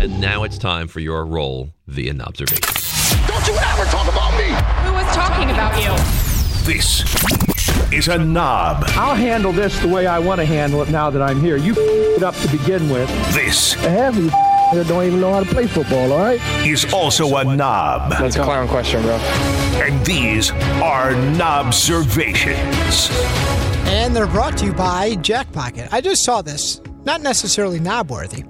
And now it's time for your role via an observation. Don't you ever talk about me! Who was talking about you? This is a knob. I'll handle this the way I want to handle it now that I'm here. You f- it up to begin with. This Half of you f- here don't even know how to play football, all right? is also a knob. That's a clown question, bro. And these are knobservations. And they're brought to you by Jackpocket. I just saw this, not necessarily knob worthy,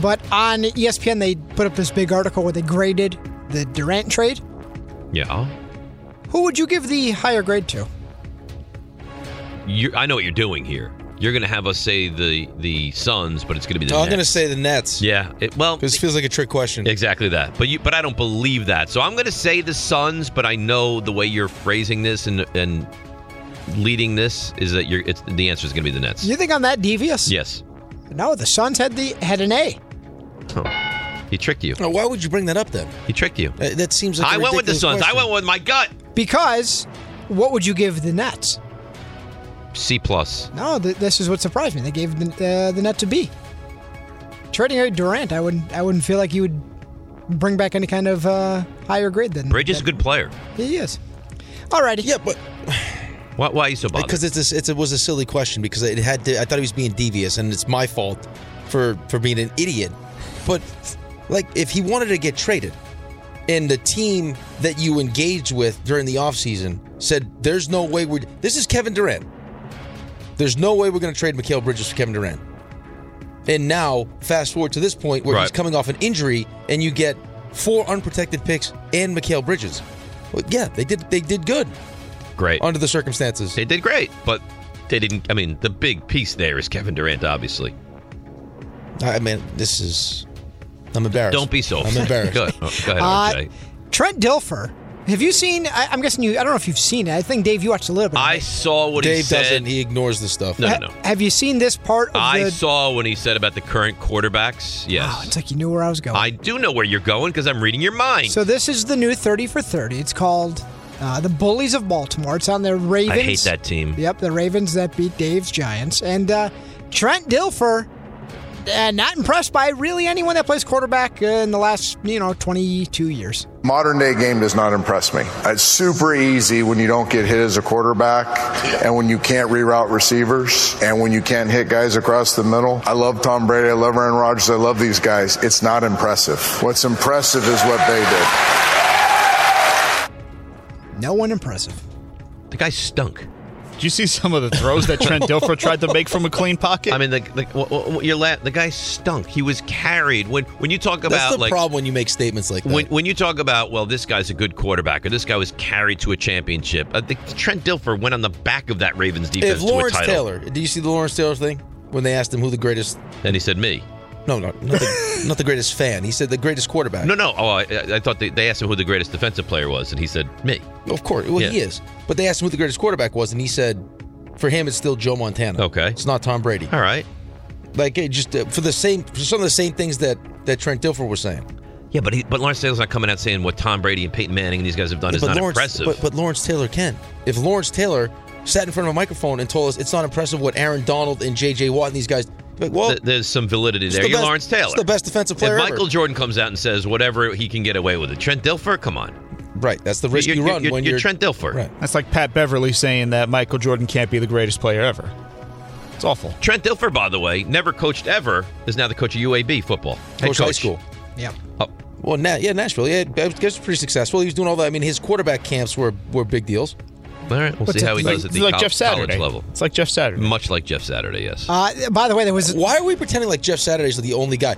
but on E ESPN they put up this big article where they graded the Durant trade. Yeah. Who would you give the higher grade to? You're, I know what you're doing here. You're going to have us say the the Suns, but it's going to be the No, Oh, I'm going to Nets. say the Nets. Yeah. It, well, Because it feels like a trick question. exactly that. But you but I don't believe that. So I'm going to say the Suns, but I know the way you're phrasing this and and leading this is that you're it's the answer is going to be the Nets. You think I'm that devious? Yes. No, the Suns had the had an A. He tricked you. Now, Oh, why would you bring that up then? He tricked you. Uh, That seems like I a went with the ridiculous Suns. I question. went with my gut. Because what would you give the Nets? C plus. No, th- this is what surprised me. They gave the, uh, the Nets a B. Trading away Durant, I wouldn't I wouldn't feel like you would bring back any kind of uh, higher grade than Bridge is a than good player. He is. Alrighty. Yeah, but Why, why are you so bothered? because it's, a, it's a, it was a silly question because it had to, I thought he was being devious and it's my fault for for being an idiot. But like if he wanted to get traded and the team that you engaged with during the offseason said there's no way we this is Kevin Durant. There's no way we're going to trade Mikhail Bridges for Kevin Durant. And now fast forward to this point where he's Right. coming off an injury and you get four unprotected picks and Mikhail Bridges. Well, yeah, they did they did good Great. under the circumstances. They did great, but they didn't. I mean, the big piece there is Kevin Durant, obviously. I mean, this is. I'm embarrassed. Don't be so. I'm upset. embarrassed. Good. Oh, go ahead, Uh, RJ. Trent Dilfer. Have you seen? I, I'm guessing you. I don't know if you've seen it. I think Dave, you watched a little bit. of I it. saw what he Dave said. Uh, doesn't. He ignores the stuff. Uh, No, Ha- no, no. Have you seen this part of I the? saw when he said about the current quarterbacks. Yes, Oh, Wow, it's like you knew where I was going. I do know where you're going because I'm reading your mind. so this is the new 30 for 30. It's called uh, the Bullies of Baltimore. It's on the Ravens. I hate that team. Yep, the Ravens that beat Dave's Giants and uh, Trent Dilfer. Uh, not impressed by really anyone that plays quarterback uh, in the last you know 22 years. Modern day game does not impress me. It's super easy when you don't get hit as a quarterback and when you can't reroute receivers and when you can't hit guys across the middle. I love Tom Brady. I love Aaron Rodgers. I love these guys. It's not impressive. What's impressive is what they did. No one impressive. The guy stunk. Did you see some of the throws that Trent Dilfer tried to make from a clean pocket? I mean, the, the, wh- wh- wh- your la- the guy stunk. He was carried. When when you talk about That's the like problem when you make statements like that. When, when you talk about, well, this guy's a good quarterback, or this guy was carried to a championship, uh, the, Trent Dilfer went on the back of that Ravens defense if to a Lawrence title, Taylor, do you see the Lawrence Taylor thing when they asked him who the greatest? and he said me. No, no, not the, not the greatest fan. He said the greatest quarterback. No, no. Oh, I, I thought they, they asked him who the greatest defensive player was, and he said me. of course. Well, he Yeah. is. But they asked him who the greatest quarterback was, and he said, for him, it's still Joe Montana. Okay. it's not Tom Brady. All right. Like it just uh, for the same, for some of the same things that that Trent Dilfer was saying. Yeah, but he, but Lawrence Taylor's not coming out saying what Tom Brady and Peyton Manning and these guys have done Yeah, is not Lawrence, impressive. But, but Lawrence Taylor can. If Lawrence Taylor sat in front of a microphone and told us it's not impressive what Aaron Donald and J.J. Watt and these guys, like, well, Th- there's some validity it's there. the You're best- Lawrence Taylor. it's the best defensive player If Michael ever. Jordan comes out and says whatever he can get away with it, Trent Dilfer, come on. right, that's the risk you're, you you're- run you're- when you're you're, Trent Dilfer. Right. That's like Pat Beverly saying that Michael Jordan can't be the greatest player ever. It's awful. Trent Dilfer, by the way, never coached ever, is now the coach of UAB football. Head Coach high school. Yep. Oh, Well, Na- yeah, Nashville. Yeah, I guess pretty successful. He was doing all that. I mean, his quarterback camps were were big deals. All right, we'll What's see it how he like- does at It's the like col- Jeff Saturday. college level. It's like Jeff Saturday. Much like Jeff Saturday, yes. Uh, by the way, there was Why are we pretending like Jeff Saturday's the only guy?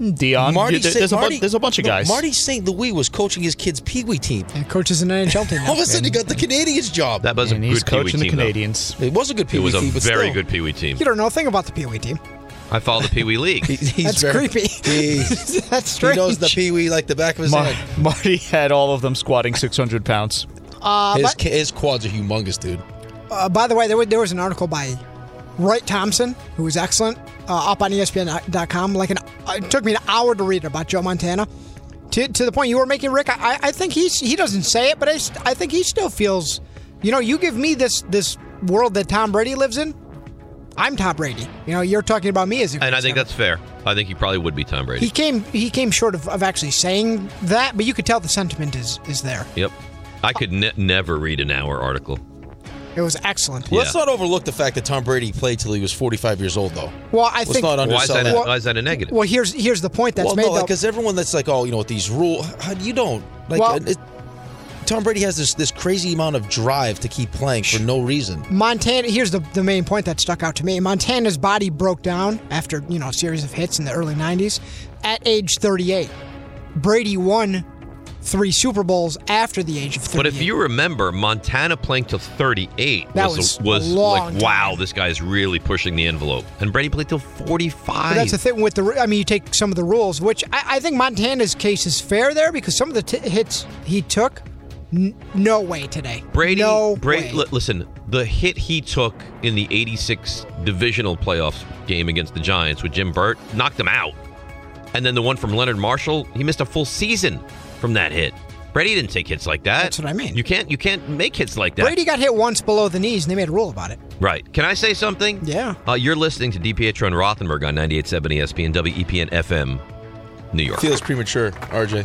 Dion. Marty, you- there- Saint- there's, a bu- Marty- there's a bunch of no, guys. Marty St. Louis was coaching his kids' pee wee team. uh, coaches in NHL team. All of now. a sudden, he got the Canadians job. that was a and he's good Pee coaching Wee the team. though. Canadians. It was a good pee It wee was a team, but very still. good Pee Wee team. You don't know a thing about the Pee Wee team. I follow the Pee Wee League. He- he's That's very- creepy. He, That's he strange. knows the pee wee like the back of his Mar- hand. Marty had all of them squatting 600 pounds. uh, His, but- ca- his quads are humongous, dude. Uh, by the way, there was, there was an article by Wright Thompson, who was excellent, uh, up on ESPN.com. Like an, uh, it took me an hour to read it about Joe Montana. To, to the point you were making, Rick, I, I- I think he's he doesn't say it, but I, s- I think he still feels, you know, you give me this this world that Tom Brady lives in, I'm Tom Brady. You know, you're talking about me as a And I think that's fair. I think he probably would be Tom Brady. he came he came short of, of actually saying that, but you could tell the sentiment is is there. yep. I could ne- never read an hour article. It was excellent. Yeah. Let's not overlook the fact that Tom Brady played till he was 45 years old, though. Well, I Let's think not Why is, that a, Undersell that. why is that a negative? well here's here's the point that's well, made no, like though. because everyone that's like, oh, you know what, these rule, how do you don't like. Well- uh, it, Tom Brady has this this crazy amount of drive to keep playing for no reason. Montana. Here's the, the main point that stuck out to me. Montana's body broke down after you know a series of hits in the early '90s. At age 38, Brady won three Super Bowls after the age of 38. But if you remember, Montana playing till 38 That was was, a was long like, wow, time. this guy's really pushing the envelope. And Brady played till 45. But that's the thing with the. I mean, you take some of the rules, which I, I think Montana's case is fair there because some of the t- hits he took, n- no way today. Brady, no Brady way. li- listen, the hit he took in the 86 divisional playoffs game against the Giants with Jim Burt knocked him out. And then the one from Leonard Marshall, he missed a full season from that hit. Brady didn't take hits like that. That's what I mean. You can't you can't make hits like that. Brady got hit once below the knees, and they made a rule about it. Right. Can I say something? Yeah. Uh, you're listening to DPetro and Rothenberg on 98.7 ESPN, WEPN FM, New York. Feels premature, RJ.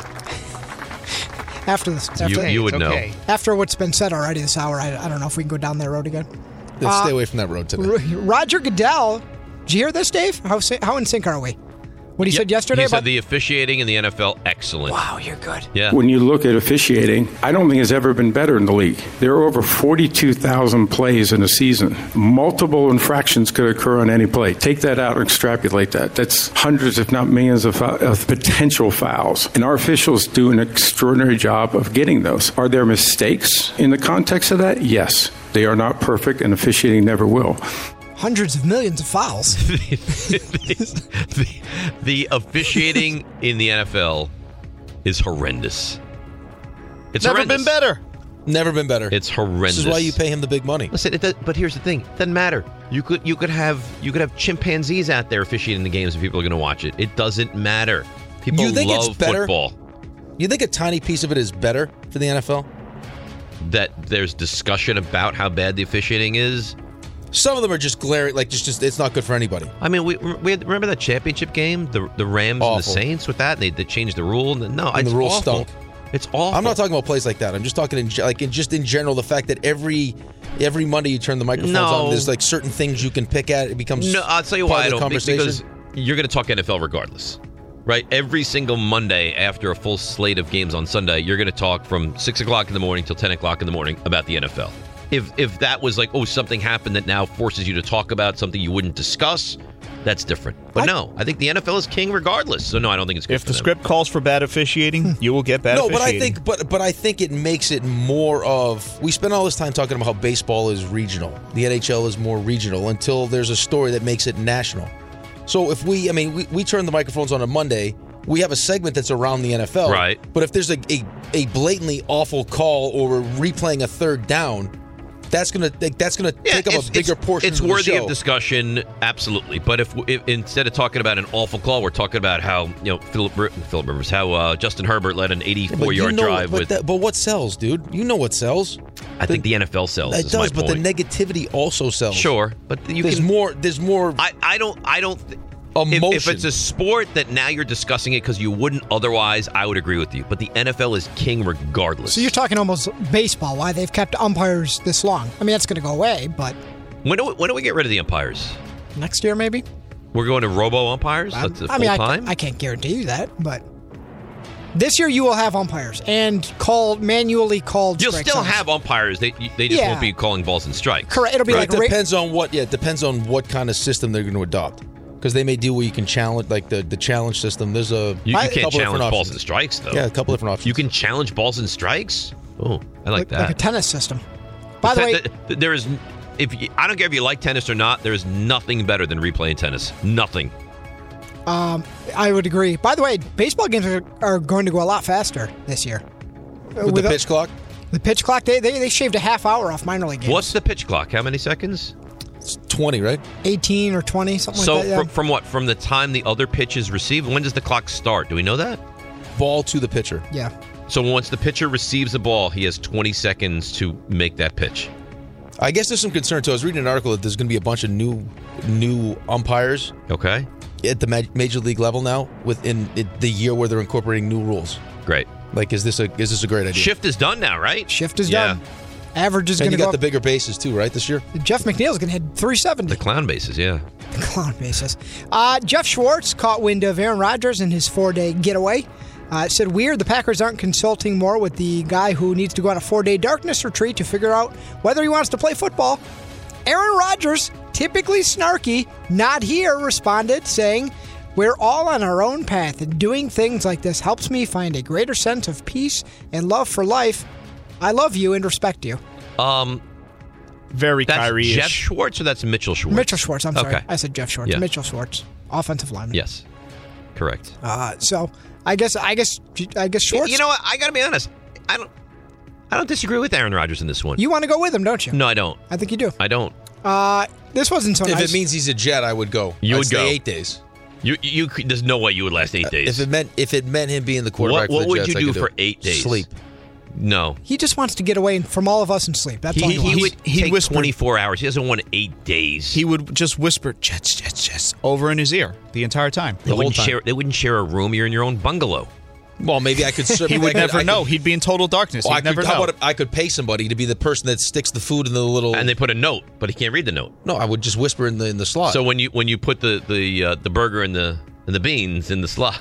After this, after, you, you would know. after what's been said already this hour, I, I don't know if we can go down that road again. Let's Uh, stay away from that road today. R- Roger Goodell. Did you hear this, Dave? How sy- how in sync are we? What he said yesterday He about said the officiating in the NFL, excellent. wow, you're good. Yeah. When you look at officiating, I don't think it's ever been better in the league. There are over 42,000 plays in a season. Multiple infractions could occur on any play. Take that out and extrapolate that. That's hundreds, if not millions, of, fou- of potential fouls. And our officials do an extraordinary job of getting those. Are there mistakes in the context of that? Yes. They are not perfect, and officiating never will. Hundreds of millions of fouls. the, the officiating in the NFL is horrendous. It's Never horrendous. been better. Never been better. It's horrendous. this is why you pay him the big money. Listen, it does, but here's the thing: doesn't matter. You could you could have you could have chimpanzees out there officiating the games, and people are going to watch it. It doesn't matter. People You think it's love better? football. You think a tiny piece of it is better for the NFL? That there's discussion about how bad the officiating is. Some of them are just glaring, like just just it's not good for anybody. I mean, we, we had, remember that championship game, the the Rams and the Awful. Saints with that. They, they changed the rule. No, And it's the rule awful. stunk. It's awful. I'm not talking about plays like that. I'm just talking in ge- like in just in general the fact that every every Monday you turn the microphones No. on. There's like certain things you can pick at. It becomes No, I'll tell you part why I of the don't think- conversation. because you're going to talk NFL regardless, right? Every single Monday after a full slate of games on Sunday, you're going to talk from six o'clock in the morning till ten o'clock in the morning about the NFL. If if that was like oh something happened that now forces you to talk about something you wouldn't discuss, that's different. But no, I think the NFL is king regardless. So no, I don't think it's good If for the them. script calls for bad officiating, you will get bad Hmm. no, but I officiating. think, but but I think it makes it more of. We spend all this time talking about how baseball is regional, the NHL is more regional, until there's a story that makes it national. So if we, I mean, we, we turn the microphones on a Monday, we have a segment that's around the NFL, Right. But if there's a a, a blatantly awful call or we're replaying a third down, that's gonna that's gonna take up it's- a bigger it's- portion. It's of worthy the show. of discussion, absolutely. But if, if instead of talking about an awful call, we're talking about how you know Philip Ri- Philip Rivers, how uh, Justin Herbert led an 84 But you yard know- drive but with. that- but what sells, dude? You know what sells? I think the NFL sells. It is does, my but point. the negativity also sells. sure, but you there's can. more. There's more. I I don't I don't. Th- if, if Emotion. it's a sport that now you're discussing it because you wouldn't otherwise, I would agree with you. But the NFL is king regardless. So you're talking almost baseball. Why they've kept umpires this long? I mean, that's going to go away, but when do we, when do we get rid of the umpires? next year maybe. We're going to robo umpires. That's I'm- full I mean, I, time. I can't guarantee you that, but This year you will have umpires and call manually called. You'll strike still zones. have umpires. They they just Yeah. won't be calling balls and strikes. Correct. It'll be Right. like it ra- depends on what. Yeah, it depends on what kind of system they're going to adopt. Because they may do where you can challenge, like the, the challenge system. There's a You, you couple can't different challenge balls options. and strikes though. Yeah, a couple different options. You can challenge balls and strikes. Oh, I like, that. like a tennis system. By the Te- way, th- th- there is if you, I don't care if you like tennis or not. There is nothing better than replaying tennis. Nothing. Um, I would agree. By the way, baseball games are, are going to go a lot faster this year. Uh, with the a- pitch clock, the pitch clock, they, they they shaved a half hour off minor league games. What's the pitch clock? How many seconds? it's twenty, right? Eighteen or twenty, something so like that. yeah. from, from what? From the time the other pitch is received. When does the clock start? Do we know that? Ball to the pitcher. yeah. So once the pitcher receives the ball, he has 20 seconds to make that pitch. I guess there's some concern too. I was reading an article that there's going to be a bunch of new new umpires Okay, at the ma- major league level now within it- the year where they're incorporating new rules. great. Like, is this a is this a great idea? Shift is done now, right? Shift is Yeah. done. Average is And going you to go. got Up. the bigger bases too, right? This year. Jeff McNeil's going to hit three seventy. The clown bases, yeah. clown basis. Uh, Jeff Schwartz caught wind of Aaron Rodgers in his four day getaway. Uh, it said, Weird, the Packers aren't consulting more with the guy who needs to go on a four day darkness retreat to figure out whether he wants to play football. Aaron Rodgers, typically snarky, not here, responded, saying, We're all on our own path, and doing things like this helps me find a greater sense of peace and love for life. I love you and respect you. Um, Very that's Kyrie Jeff Schwartz or that's Mitchell Schwartz. Mitchell Schwartz, I'm sorry. Okay. I said Jeff Schwartz. Yeah. Mitchell Schwartz, offensive lineman. Yes, correct. Uh, so I guess I guess I guess Schwartz. You know what? I got to be honest. I don't. I don't disagree with Aaron Rodgers in this one. you want to go with him, don't you? No, I don't. I think you do. I don't. Uh, this wasn't so If nice. it means he's a jet, I would go. You I'd would stay go. eight days. Uh, You, you, could- there's no way you would last eight days. If it meant if it meant him being the what quarterback, what for the would Jets, you I do could for it. eight days? Sleep. No. he just wants to get away from all of us and sleep. That's all He- he, wants. he- would he take whispered- 24 hours. He doesn't want eight days. He would just whisper Jets, Jets, Jets over in his ear the entire time. they the whole wouldn't time. share. They wouldn't share a room. You're in your own bungalow. Well, maybe I could. sur- He I would could- I never could- know. He'd be in total darkness. Well, I He'd never could, how know. about if I could pay somebody to be the person that sticks the food in the little. And they put a note, but he can't read the note. no, I would just whisper in the in the slot. So when you when you put the the uh, the burger and the and the beans in the slot,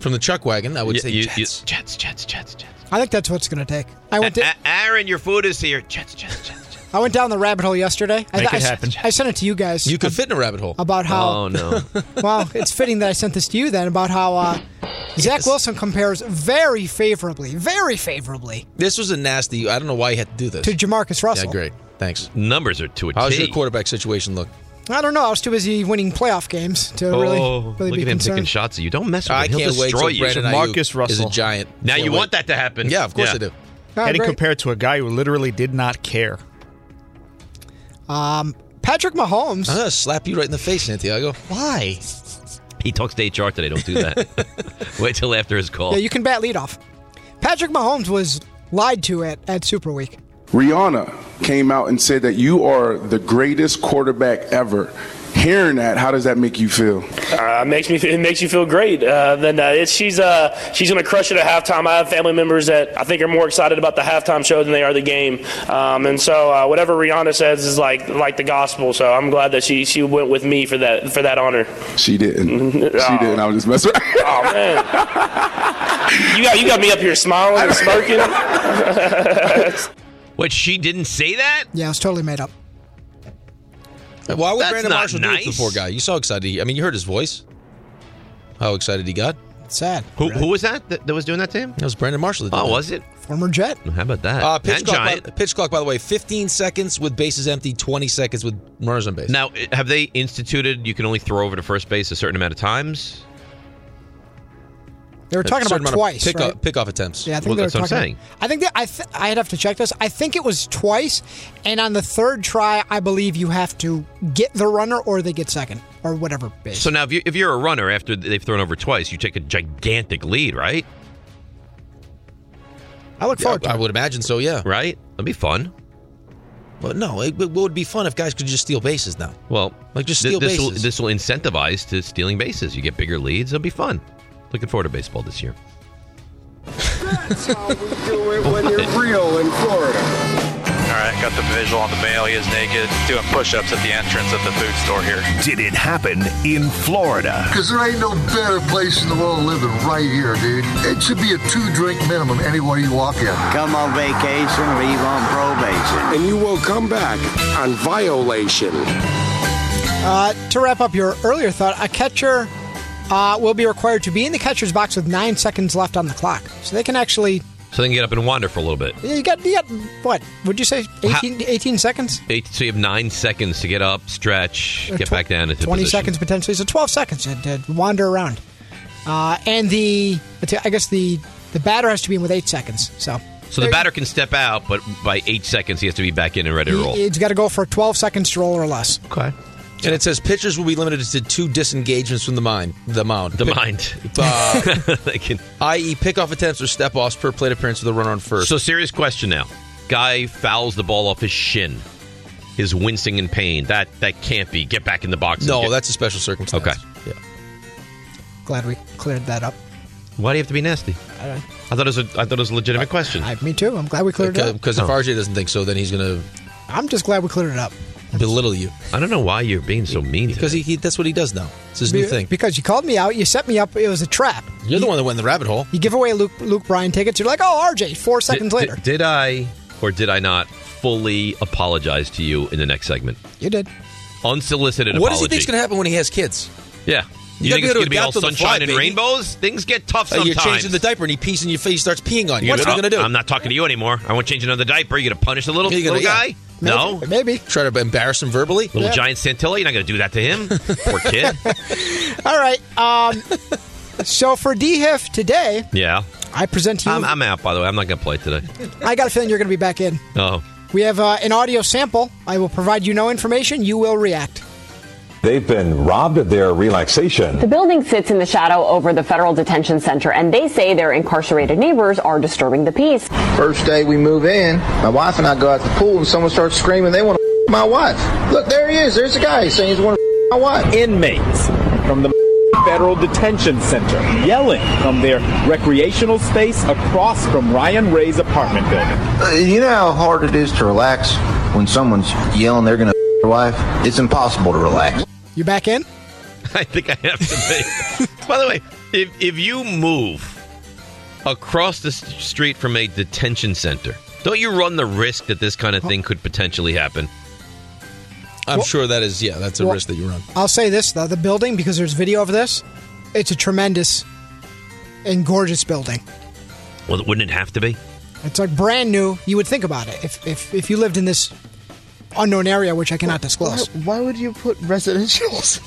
from the chuck wagon, I would you- say you- you- Jets. Jets, Jets, Jets, Jets. I think that's what's going to take. I went A- to, A- Aaron, your food is here. Jets, Jets, Jets. Jets. I went down the rabbit hole yesterday. I, Make I, it happen. I sent it to you guys. you could fit in a rabbit hole. about Oh how no. well it's fitting that I sent this to you then about how uh, Zach Yes. Wilson compares very favorably, very favorably This was a nasty. I don't know why you had to do this. to Jamarcus Russell. yeah, great. Thanks. Numbers are to a How's T. your quarterback situation look? I don't know. I was too busy winning playoff games to really, oh, really look be at him concerned. taking shots at you. Don't mess with him. I He'll can't wait destroy till you. Brandon Marcus Ayuk is Russell. a giant. now Can't you wait. want that to happen. Yeah, of course Yeah. I do. Oh, Getting great. compared to a guy who literally did not care. Um, Patrick Mahomes. I'm gonna slap you right in the face, Santiago. Why? He talks to HR today. Don't do that. Wait till after his call. Yeah, you can bat leadoff. Patrick Mahomes was lied to at, at Super Week. Rihanna came out and said that you are the greatest quarterback ever. Hearing that, how does that make you feel? Uh, it makes me it makes you feel great. Uh, then uh, it's, she's uh, she's gonna crush it at halftime. I have family members that I think are more excited about the halftime show than they are the game. Um, and so uh, whatever Rihanna says is like like the gospel. So I'm glad that she she went with me for that for that honor. She didn't. She Aw. didn't. I was just messing. around. Oh man, you got you got me up here smiling and smirking. What? She didn't say that? Yeah, it was totally made up. Why would That's Brandon not Marshall do it nice. to the poor guy? You saw how excited. He, I mean, you heard his voice. How excited he got. It's sad. Who, who was that, that that was doing that to him? That was Brandon Marshall. That did Oh, that. was it? Former Jet. How about that? Uh, pitch, And clock giant. by, pitch clock, by the way, 15 seconds with bases empty, 20 seconds with runners on base. Now, i- have they instituted you can only throw over to first base a certain amount of times? They were A talking certain about amount of twice. Pick right? up, pickoff attempts. Yeah, I think Well, they were that's what I'm talking- saying. I think that I th- I'd have to check this. I think it was twice, and on the third try, I believe you have to get the runner or they get second or whatever base. So now, if, you, if you're a runner after they've thrown over twice, you take a gigantic lead, right? I look Yeah, forward I, to it. would imagine so. Yeah. Right? That'd be fun. But no, it, it would be fun if guys could just steal bases now. Well, Like, just thi- steal this will, bases. this will incentivize to stealing bases. You get bigger leads. It'll be fun. Looking forward to baseball this year. do it when you're real in Florida. All right, got the visual on the male. He is naked doing push-ups at the entrance of the food store here. Did it happen in Florida? Because there ain't no better place in the world to live than right here, dude. It should be a two drink minimum anywhere you walk in. Come on vacation, leave on probation. And you will come back on violation. Uh, to wrap up your earlier thought, a catcher uh, will be required to be in the catcher's box with nine seconds left on the clock, so they can actually. So they can get up and wander for a little bit. You got, you got what? Would you say 18, 18 seconds? Eight, so you have nine seconds to get up, stretch, Or get tw- back down into Twenty position. seconds potentially, so twelve seconds to, to wander around. Uh, and the, I guess the the batter has to be in with eight seconds. So So the batter can step out, but by eight seconds he has to be back in and ready to roll. it's got to go for twelve seconds to roll or less. Okay. And it says pitchers will be limited to two disengagements from the mind, the mound, the mind, i.e., pickoff attempts or step offs per plate appearance with a runner on first. So serious question now. Guy fouls the ball off his shin. His wincing in pain. That that can't be. Get back in the box. No, that's a special circumstance. Okay. Yeah. Glad we cleared that up. Why do you have to be nasty? I don't- I thought it was a, I thought it was a legitimate question. Oh. me too. I'm glad we cleared it up. Because if RJ doesn't think so, then he's going I'm just glad we cleared it up. to belittle you. I don't know why you're being so mean. Because he, he, that's what he does now. It's his new Be- thing. Because you called me out, you set me up. It was a trap. You're the one that went in the rabbit hole. You give away Luke Luke Bryan tickets. You're like, oh, RJ. Four seconds Did- later, Did, I or did I not fully apologize to you in the next segment? you did. Unsolicited What does he apology. think's going to happen when he has kids? yeah. You, You gotta think be it's going able to to be all adapt on the sunshine fly, and baby. rainbows? Things get tough Uh, You're sometimes. changing the diaper and he pees in your face, he starts peeing on you. You're What's he gonna- going to do? I'm not talking to you anymore. I won't change another diaper. You going to punish the little, You're little gonna- yeah. guy? No. Maybe. Try to embarrass him verbally? Little giant Santilla, you're not going to do that to him. Poor kid. All right. Um, so for D Hiff today, Yeah. I present to you. I'm, I'm out, by the way. I'm not going to play today. I got a feeling you're going to be back in. Oh. We have uh, an audio sample. I will provide you no information. You will react. They've been robbed of their relaxation. The building sits in the shadow over the federal detention center, and they say their incarcerated neighbors are disturbing the peace. First day we move in, my wife and I go out to the pool, and someone starts screaming they want to my wife. Look, there he is. There's the guy saying he's want to my wife. Inmates from the Federal Detention Center yelling from their recreational space across from Ryan Ray's apartment building. Uh, You know how hard it is to relax when someone's yelling they're gonna your wife. It's impossible to relax. You back in? I think I have to be. By the way, if if you move across the s- street from a detention center, don't you run the risk that this kind of thing could potentially happen? I'm sure that is, yeah, that's a Well- risk that you run. I'll say this though: the building, because there's video of this, it's a tremendous and gorgeous building. Well, wouldn't it have to be? It's like brand new. You would think about it if if, if you lived in this unknown area, which I cannot disclose. Why would you put residentials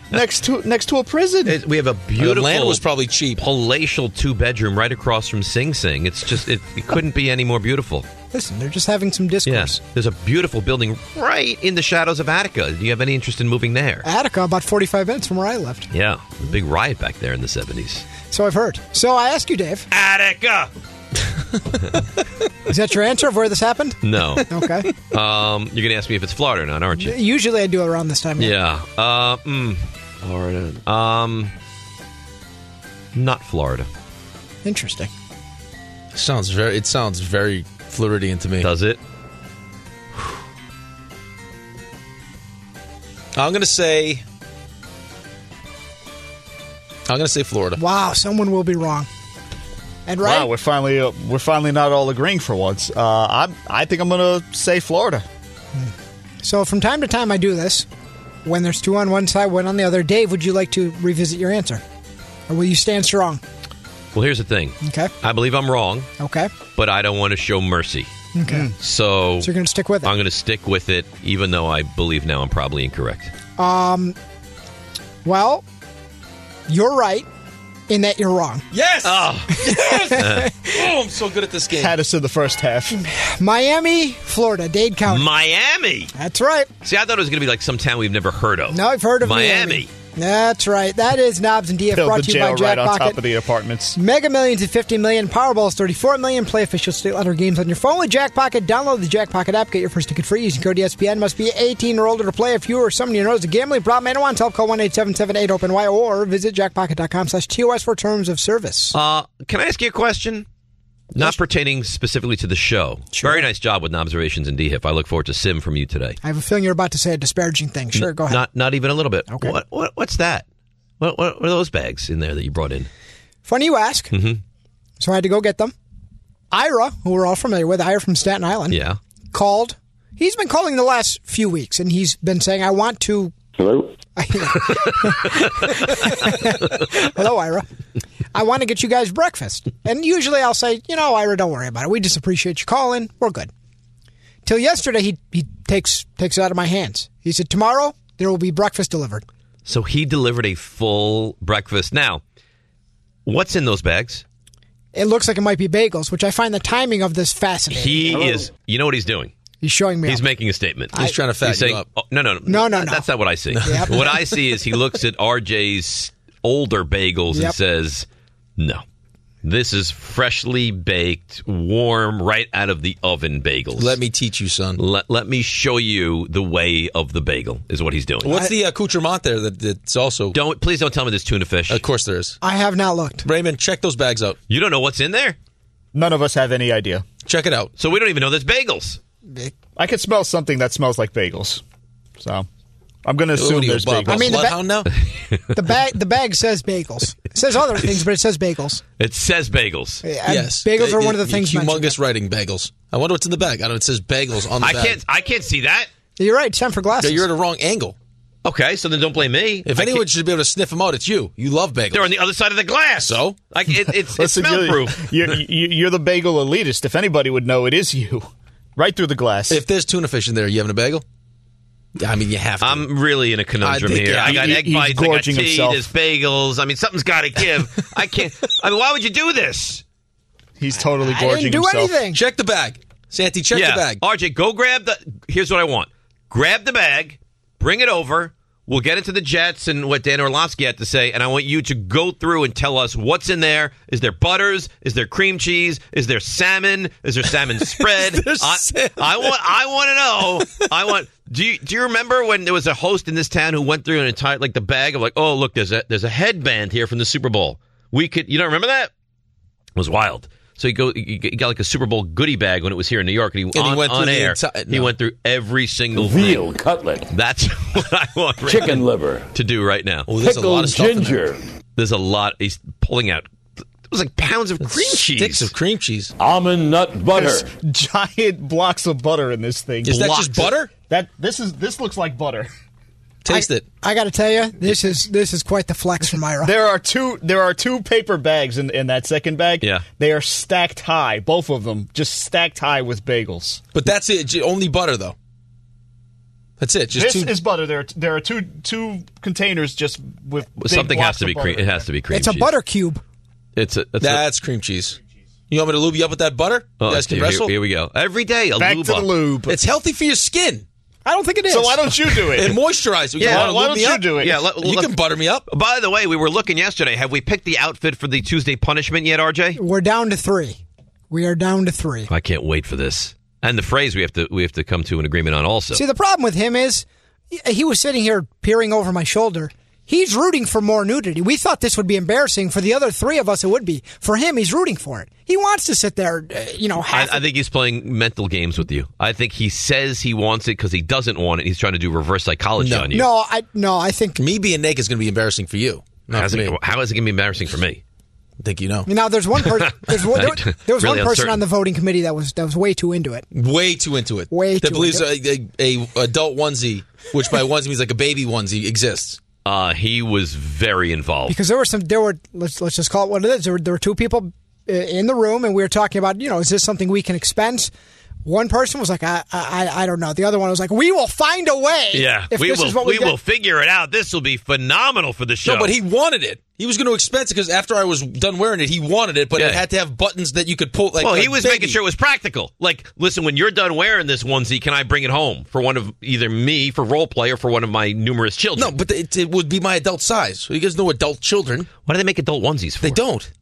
next to next to a prison? It- we have a beautiful. land was probably cheap. Palatial two bedroom right across from Sing Sing. It's just it, it couldn't be any more beautiful. Listen, they're just having some discourse. Yes, there's a beautiful building right in the shadows of Attica. Do you have any interest in moving there? Attica, about 45 minutes from where I lived. Yeah, a big riot back there in the '70s. So I've heard. So I ask you, Dave, Attica. is that your answer of where this happened? No. Okay. Um, you're gonna ask me if it's Florida or not, aren't you? Usually I do around this time. Yeah. Uh, mm. Florida. Um, not Florida. Interesting. Sounds very. It sounds very Floridian to me. Does it? I'm gonna say. I'm gonna say Florida. Wow, someone will be wrong. And right? Wow, we're finally uh, we're finally not all agreeing for once. Uh, I I think I'm gonna say Florida. So from time to time I do this. When there's two on one side, one on the other. Dave, would you like to revisit your answer? Or will you stand strong? Well, here's the thing. Okay. I believe I'm wrong, Okay. but I don't want to show mercy. Okay. So, So you're gonna stick with it. I'm going to stick with it, even though I believe now I'm probably incorrect. Hmm. Um well, you're right in that you're wrong. Yes. Uh. yes! oh, I'm so good at this game. Had us in the first half. Miami, Florida, Dade County. Miami. That's right. See, I thought it was going to be like some town we've never heard of. No, I've heard of Miami. That's right. That is Knobs and DF Build brought to the you by jail Jack right on Pocket. top of the apartments. Mega Millions at 50 million, Powerball is 34 million. Play official state lottery games on your phone with Jack Pocket. Download the Jack Pocket app. Get your first ticket free using code E ESPN. Must be 18 or older to play. If you or someone you know is a gambling problem and want help, call 1-877-8-OPEN-Y or visit jackpocket.com slash TOS for terms of service. Uh, can I ask you a question? Not pertaining specifically to the show. Very nice job with observations and DHIF. I look forward to Sim from you today. I have a feeling you're about to say a disparaging thing. Sure, N- go ahead. Not not even a little bit. What, what what's that? What, what what are those bags in there that you brought in? Funny you ask. Mm-hmm. So I had to go get them. Ira, who we're all familiar with, Ira from Staten Island, Yeah. called. He's been calling the last few weeks, and he's been saying, "I want to." Hello? Hello, Ira. I want to get you guys breakfast. And usually I'll say, you know, Ira, don't worry about it. We just appreciate you calling. We're good. Till yesterday, he he takes takes it out of my hands. He said, tomorrow there will be breakfast delivered. So he delivered a full breakfast. Now, what's in those bags? It looks like it might be bagels, which I find the timing of this fascinating. He is. You know what he's doing. He's showing me. He's making a statement. He's I- trying to fatten He's saying, you up. Oh, no, no, No, no, no. That's not what I see. Yep. What I see is he looks at RJ's older bagels and Yep. says, "No, this is freshly baked, warm, right out of the oven bagels." Let me teach you, son. Let Let me show you the way of the bagel. Is what he's doing. What's the accoutrement there that, that's also? Don't please don't tell me there's tuna fish. Of course there is. I have not looked. Raymond, check those bags out. You don't know what's in there. None of us have any idea. Check it out. So we don't even know there's bagels. I could smell something that smells like bagels. So I'm going to assume there's bagels. I mean, the, ba- the bag the bag says bagels. It says other things, but it says bagels. It says bagels. Yeah, Yes. bagels are one of the things mentioned. Humongous writing bagels. I wonder what's in the bag. I don't. It says bagels on the I bag. can't. I can't see that. You're right. It's time for glasses. You're at a wrong angle. Okay, so then don't blame me. If I anyone can't- should be able to sniff them out, it's you. You love bagels. they're on the other side of the glass. So, like it, it's, it's Listen, smell you're, proof. You're, you're, you're the bagel elitist. If anybody would know, it is you. Right through the glass. If there's tuna fish in there, you having a bagel? I mean, you have to. I'm really in a conundrum I think- here. yeah, I got he- egg he's bites, I got gorging tea, himself. there's bagels. I mean, something's got to give. I can't. I mean, why would you do this? He's totally Check the bag, Santi. Check yeah. the bag. RJ, go grab the. Here's what I want. Grab the bag, bring it over. We'll get into the Jets and what Dan Orlovsky had to say, and I want you to go through and tell us what's in there. Is there butters? Is there cream cheese? Is there salmon? Is there salmon spread? there I, salmon? I want. I want to know. I want. Do you do you remember when there was a host in this town who went through an entire like the bag of like, oh look, there's a there's a headband here from the Super Bowl. We could. You don't remember that? It was wild. So he go he got like a Super Bowl goodie bag when it was here in New York, and he, And he on, went on through the air. enti- He no. went through every single Veal thing. cutlet. That's what I want. Raymond Chicken liver. to do right now. Oh, there's a lot of Pickled stuff in there. There's a lot. He's pulling out. It was like pounds of cream cheese. Sticks of cream cheese. Almond nut butter. There's giant blocks of butter in this thing. Is that just Blocks. butter? That this is this looks like butter. Taste it. I got to tell you, this is this is quite the flex from Ira. There are two. There are two paper bags in, in that second bag. Yeah. they are stacked high. Both of them just stacked high with bagels. But that's it. j- Only butter though. That's it. Just this two. is butter. There, are, there are two two containers just with big Something has blocks to of be butter cream. It in has to be cream. it's a cheese. butter cube. It's a. It's that's cream cheese. You want me to lube you up with that butter? A, oh, you guys can here, wrestle. here we go. Every day a lube up. It's healthy for your skin. I don't think it is. So why don't you do it? And moisturize. You wanna lube me up? Yeah, you can butter me up. By the way, we were looking yesterday. Have we picked the outfit for the Tuesday punishment yet, RJ? We're down to three. We are down to three. I can't wait for this. And the phrase we have to we have to come to an agreement on also. See, the problem with him is he- he was sitting here peering over my shoulder. He's rooting for more nudity. We thought this would be embarrassing for the other three of us. It would be for him. He's rooting for it. He wants to sit there, uh, you know. I, I think he's playing mental games with you. I think he says he wants it because he doesn't want it. He's trying to do reverse psychology on you. No, I no, I think me being naked is going to be embarrassing for you. Not How's for it- me. how is it going to be embarrassing for me? I think you know. Now there's one person. There's one, there, there was Really one person uncertain. on the voting committee that was that was way too into it. Way too into it. Way that too believes A, a, a adult onesie, which by onesie means like a baby onesie, exists. Uh, he was very involved. because there were some there were let's let's just call it what it is there were, there were two people uh, in the room and we were talking about you know is this something we can expense one person was like i i, I don't know the other one was like we will find a way Yeah, if we this will. is what we we, will get." figure it out. This will be phenomenal for the show. No, but he wanted it. He was going to expense it because after I was done wearing it, he wanted it, but Yeah. it had to have buttons that you could pull. Like, well, like he was baby. making sure it was practical. Like, listen, when you're done wearing this onesie, can I bring it home for one of either me for role play or for one of my numerous children? No, but it, it would be my adult size. So you guys know adult children. Why do they make adult onesies for? They don't.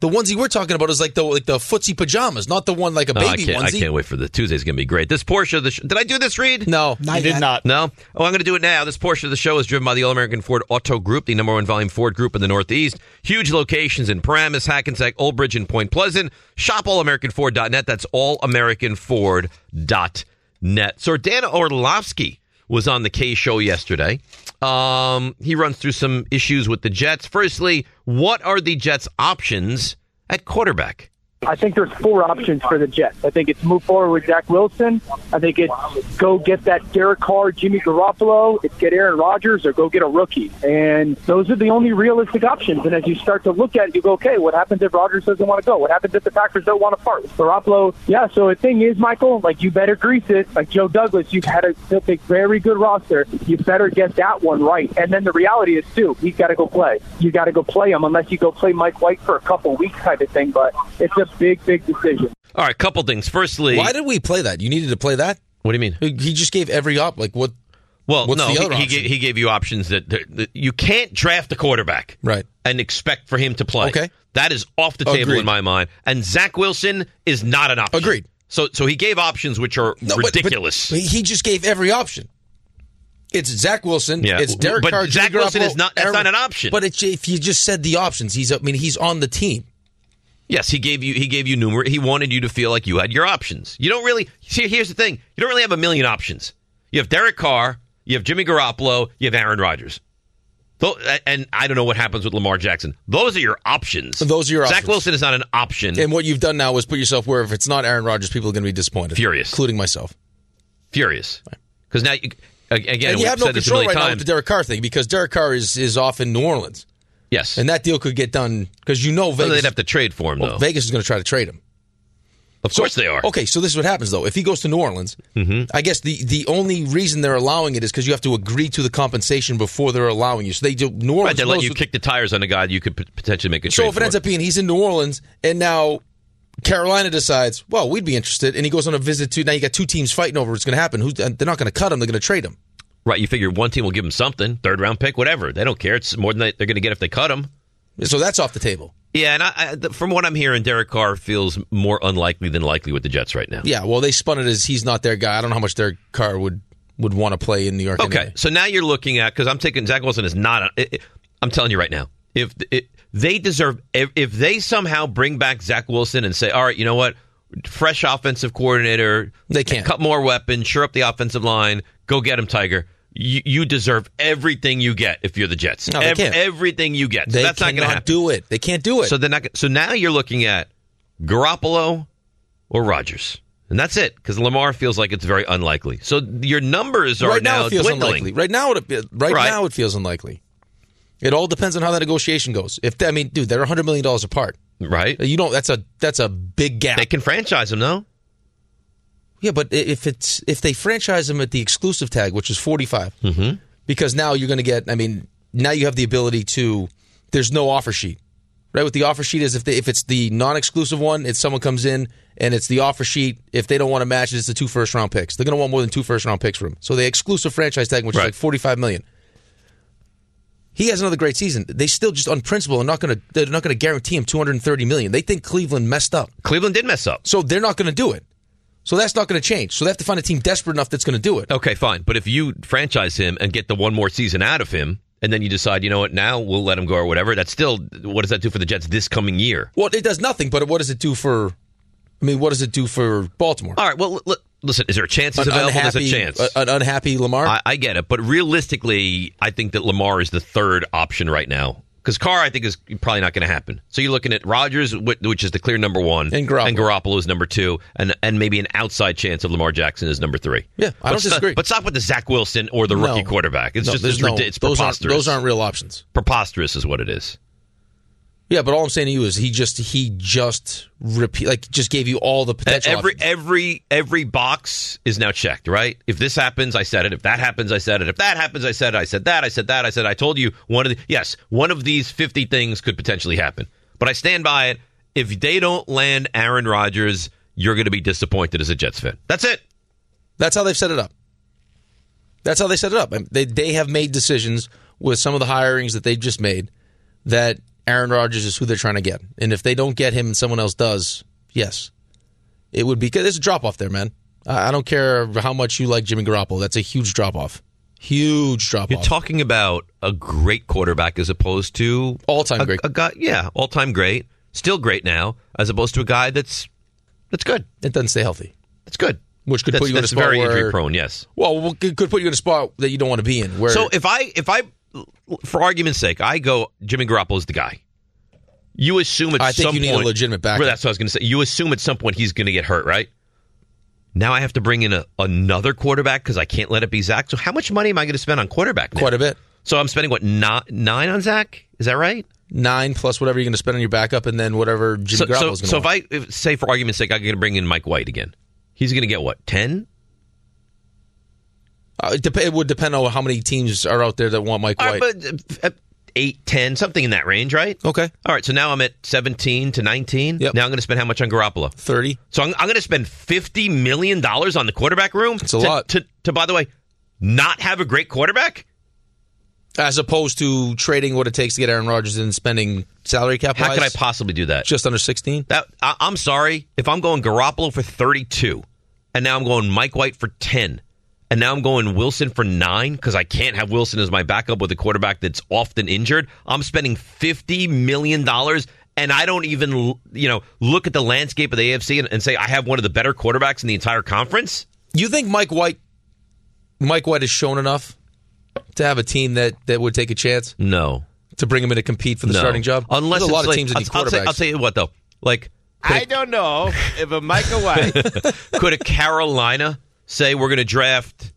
The onesie we're talking about is like the like the footsie pajamas, not the one like a Oh, I baby can't, I onesie. can't wait for the Tuesday's going to be great. This portion of the sh- did I do this read? No, I did not. No. Oh, I'm going to do it now. This portion of the show is driven by the All American Ford Auto Group, the number one volume Ford group in the Northeast. Huge locations in Paramus, Hackensack, Old Bridge, and Point Pleasant. Shop allamericanford.net. That's allamericanford.net. So Dan Orlovsky was on the K show yesterday. Um, he runs through some issues with the Jets. Firstly, what are the Jets' options at quarterback? I think there's four options for the Jets. I think it's move forward with Zach Wilson. I think it's go get that Derek Carr, Jimmy Garoppolo. It's get Aaron Rodgers or go get a rookie. And those are the only realistic options. And as you start to look at it, you go, okay, what happens if Rodgers doesn't want to go? What happens if the Packers don't want to part with Garoppolo? Yeah, so the thing is, Michael, like you better grease it. Like Joe Douglas, you've had a, built a very good roster. You better get that one right. And then the reality is, too, he's got to go play. You got to go play him unless you go play Mike White for a couple weeks type of thing. But it's a big, big decision. All right, couple things. Firstly, Why did we play that? You needed to play that. What do you mean? He just gave every op. Like what? Well, what's no, the other he, he, option? gave, he gave you options that, that- that you can't draft a quarterback right and expect for him to play. Okay. that is off the table Agreed. in my mind. And Zach Wilson is not an option. Agreed. So, so he gave options which are No, but- but- ridiculous. but he just gave every option. It's Zach Wilson. Yeah. It's Derek But Carr. Jimmy Zach Wilson Garoppolo, is not- that's Aaron- not an option. But it's, if you just said the options, he's. I mean, he's on the team. yes, he gave you he gave you numerous. He wanted you to feel like you had your options. You don't really. See, here's the thing: you don't really have a million options. You have Derek Carr, you have Jimmy Garoppolo, you have Aaron Rodgers. Tho- and I don't know what happens with Lamar Jackson. Those are your options. Those are your Zach options. Wilson is not an option. And what you've done now is put yourself where if it's not Aaron Rodgers, people are going to be disappointed, Furious. including myself. Furious. Because now, you, ag- again, and we've you have no said this a control right million now with times. the Derek Carr thing because Derek Carr is is off in New Orleans. Yes, and that deal could get done because you know Vegas. they'd have to trade for him, Well, though. Vegas is going to try to trade him. Of course they are. Mm-hmm. Okay, so this is what happens though. If he goes to New Orleans, I guess the the only reason they're allowing it is because you have to agree to the compensation before they're allowing you. So they do New Orleans. Right, they let knows you what- kick the tires on a guy you could p- potentially make a so trade if it ends for. up being he's in New Orleans and now Carolina decides, well, we'd be interested, and he goes on a visit to now you got two teams fighting over what's going to happen. Who's, uh, they're not going to cut him; they're going to trade him. Right, you figure one team will give him something, third round pick, whatever. They don't care. It's more than they- they're going to get if they cut him. So that's off the table. Yeah, and I, I, th- from what I'm hearing, Derek Carr feels more unlikely than likely with the Jets right now. Yeah, well, they spun it as he's not their guy. I don't know how much their car would would want to play in New York. Okay, anyway. so now you're looking at because I'm taking Zach Wilson is not. A, it, it- I'm telling you right now, if it, they deserve, if, if they somehow bring back Zach Wilson and say, all right, you know what, fresh offensive coordinator, they can't cut more weapons, shore up the offensive line, go get him, Tiger. You, you deserve everything you get if you're the Jets. No, they Ev- can't. Everything you get. So They that's not going to cannot happen. do it. They can't do it. So they're not. So now you're looking at Garoppolo or Rodgers, and that's it because Lamar feels like it's very unlikely. So your numbers are right now, it feels dwindling. unlikely. Right now, it right, Right. now it feels unlikely. It all depends on how that negotiation goes. If I mean, dude, they're hundred million dollars apart. Right. You don't. That's a that's a big gap. They can franchise him though. Yeah, but i- if it's if they franchise him at the exclusive tag, which is forty Mhm. because now you're going to get. I mean, now you have the ability to. There's no offer sheet, right? What the offer sheet is, if they, if it's the non-exclusive one, it's someone comes in and it's the offer sheet. If they don't want to match it, it's the two first-round picks. They're going to want more than two first-round picks for him. So the exclusive franchise tag, which is like forty-five million. He has another great season. They still just on principle are not going to they're not going to guarantee him 230 million. They think Cleveland messed up. Cleveland did mess up. So they're not going to do it. So that's not going to change. So they have to find a team desperate enough that's going to do it. Okay, fine. But if you franchise him and get the one more season out of him, and then you decide, you know what, now we'll let him go or whatever, that's still what does that do for the Jets this coming year? Well, it does nothing, but what does it do for I mean, what does it do for Baltimore? All right. Well, l- l- listen. Is there a chance it's An available? unhappy- There's a chance. Uh, a- an unhappy Lamar. I, I get it, but realistically, I think that Lamar is the third option right now because Carr, I think, is probably not going to happen. So you're looking at Rodgers, whi- which is the clear number one, and Garoppolo, is number two, and and maybe an outside chance of Lamar Jackson is number three. Yeah, I But don't stop- disagree. but stop with the Zach Wilson or the No. rookie quarterback. It's No, just there's it's, no- ridi- it's those aren't- preposterous. those aren't real options. Preposterous is what it is. Yeah, but all I'm saying to you is he just he just repeat like just gave you all the potential. every every every box is now checked, right? If this happens, I said it. If that happens, I said it. If that happens, I said it. I said that. I said that. I said I told you one of the yes, one of these fifty things could potentially happen. But I stand by it. If they don't land Aaron Rodgers, you're going to be disappointed as a Jets fan. That's it. That's how they've set it up. That's how they set it up. I mean, They they have made decisions with some of the hirings that they've just made that Aaron Rodgers is who they're trying to get. And if they don't get him and someone else does, yes, it would be. 'cause There's a drop off there, man. I I don't care how much you like Jimmy Garoppolo. That's a huge drop off. Huge drop You're off. talking about a great quarterback as opposed to all time great. A guy, yeah, all time great, still great now, as opposed to a guy that's that's good. It doesn't stay healthy. That's good. Which could That's- put you in a that's spot very where- injury prone, yes. Well, well, could could put you in a spot that you don't want to be in. Where So if I if I for argument's sake, I go Jimmy Garoppolo's the guy. You assume at I think some you need a point, legitimate backup. Well, that's what I was going to say. You assume at some point he's going to get hurt, right? Now I have to bring in a, another quarterback because I can't let it be Zach. So how much money am I going to spend on quarterback? Quite a bit. So I'm spending what nine, nine on Zach? Is that right? nine plus whatever you're going to spend on your backup, and then whatever Jimmy so, Garoppolo's so, going to. so if I if, say for argument's sake, I'm going to bring in Mike White again. He's going to get what ten? Uh, it, dep- it would depend on how many teams are out there that want Mike All White. right, but, uh, eight, ten, something in that range, right? Okay. All right, so now I'm at 17 to 19. Now I'm going to spend how much on Garoppolo? 30. So I'm, I'm going to spend $50 million on the quarterback room? It's a to, lot. To, to, by the way, not have a great quarterback? As opposed to trading what it takes to get Aaron Rodgers and spending salary cap. How could I wise, possibly do that? Just under 16? That I, I'm sorry. If I'm going Garoppolo for 32, and now I'm going Mike White for 10, and now I'm going Wilson for 9 because I can't have Wilson as my backup with a quarterback that's often injured, I'm spending $50 million, and I don't even l- you know look at the landscape of the AFC and, and say I have one of the better quarterbacks in the entire conference. You think Mike White Mike White has shown enough to have a team that that would take a chance? No. To bring him in to compete for the No. starting job? Unless There's a it's lot of like- teams that need I'll, I'll, quarterbacks. say, I'll tell you what though, like I don't know if a Michael White. could a Carolina say we're going to draft,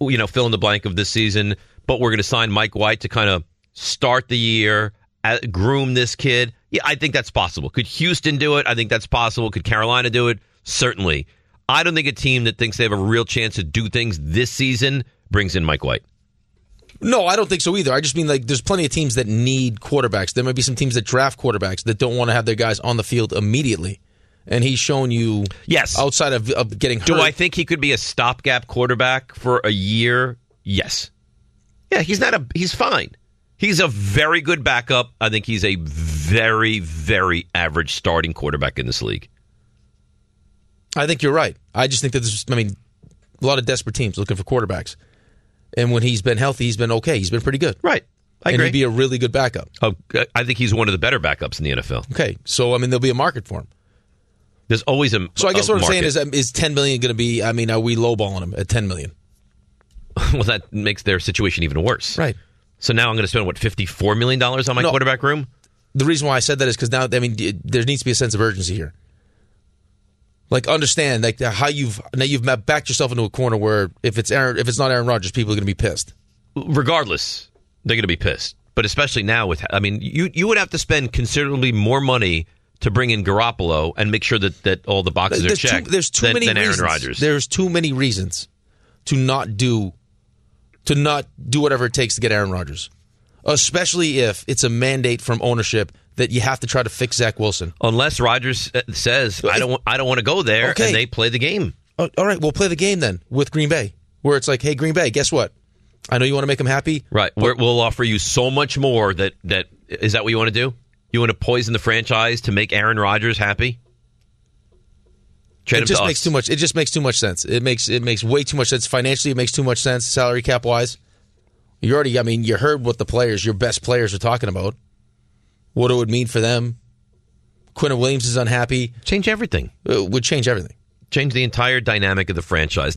you know, fill in the blank of this season, but we're going to sign Mike White to kind of start the year, uh, groom this kid? Yeah, I think that's possible. Could Houston do it? I think that's possible. Could Carolina do it? Certainly. I don't think a team that thinks they have a real chance to do things this season brings in Mike White. No, I don't think so either. I just mean like there's plenty of teams that need quarterbacks. There might be some teams that draft quarterbacks that don't want to have their guys on the field immediately. And he's shown you yes outside of, of getting hurt. Do I think he could be a stopgap quarterback for a year? Yes. Yeah, he's not a he's fine. He's a very good backup. I think he's a very very average starting quarterback in this league. I think you're right. I just think that there's, I mean, a lot of desperate teams looking for quarterbacks. And when he's been healthy, he's been okay. He's been pretty good. Right. I and agree. he'd be a really good backup. Oh, I think he's one of the better backups in the NFL. Okay. So, I mean, there'll be a market for him. There's always a So I guess a what I'm saying market. is, um, is 10 million going to be? I mean, are we lowballing him at 10 million? well that makes their situation even worse. Right. So now I'm going to spend what 54 million dollars on my quarterback room? The reason why I said that is because now, I mean, d- there needs to be a sense of urgency here. Like, understand like how you've now you've ma- backed yourself into a corner where if it's Aaron, if it's not Aaron Rodgers, people are going to be pissed. regardless, they're going to be pissed. But especially now with, I mean, you you would have to spend considerably more money to bring in Garoppolo and make sure that, that all the boxes are there's checked. Too, there's too than, many than Aaron reasons. Rodgers. There's too many reasons to not do to not do whatever it takes to get Aaron Rodgers. Especially if it's a mandate from ownership that you have to try to fix Zach Wilson. Unless Rodgers uh, says I don't wa- I don't want to go there, Okay. and they play the game. Oh, All right, we'll play the game then with Green Bay, where it's like, hey, Green Bay, guess what? I know you want to make him happy. Right. We're, we'll offer you so much more that that is that what you want to do? You want to poison the franchise to make Aaron Rodgers happy? Trade him it just to makes us. too much. It just makes too much sense. It makes it makes way too much sense financially. It makes too much sense salary cap wise. You already, I mean, you heard what the players, your best players, are talking about. What it would mean for them. Quinton Williams is unhappy. Change everything. It would change everything. Change the entire dynamic of the franchise.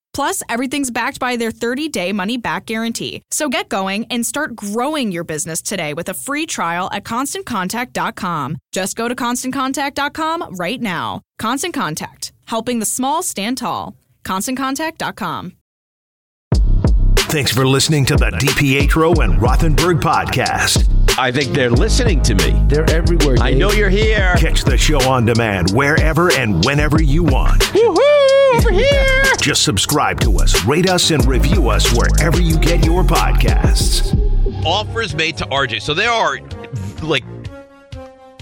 Plus, everything's backed by their 30 day money back guarantee. So get going and start growing your business today with a free trial at constantcontact.com. Just go to constantcontact.com right now. Constant Contact, helping the small stand tall. ConstantContact.com. Thanks for listening to the DPetro and Rothenberg podcast. I think they're listening to me. They're everywhere. I know you're here. Catch the show on demand wherever and whenever you want. Woohoo! Over here. Just subscribe to us, rate us, and review us wherever you get your podcasts. offers made to RJ. So there are like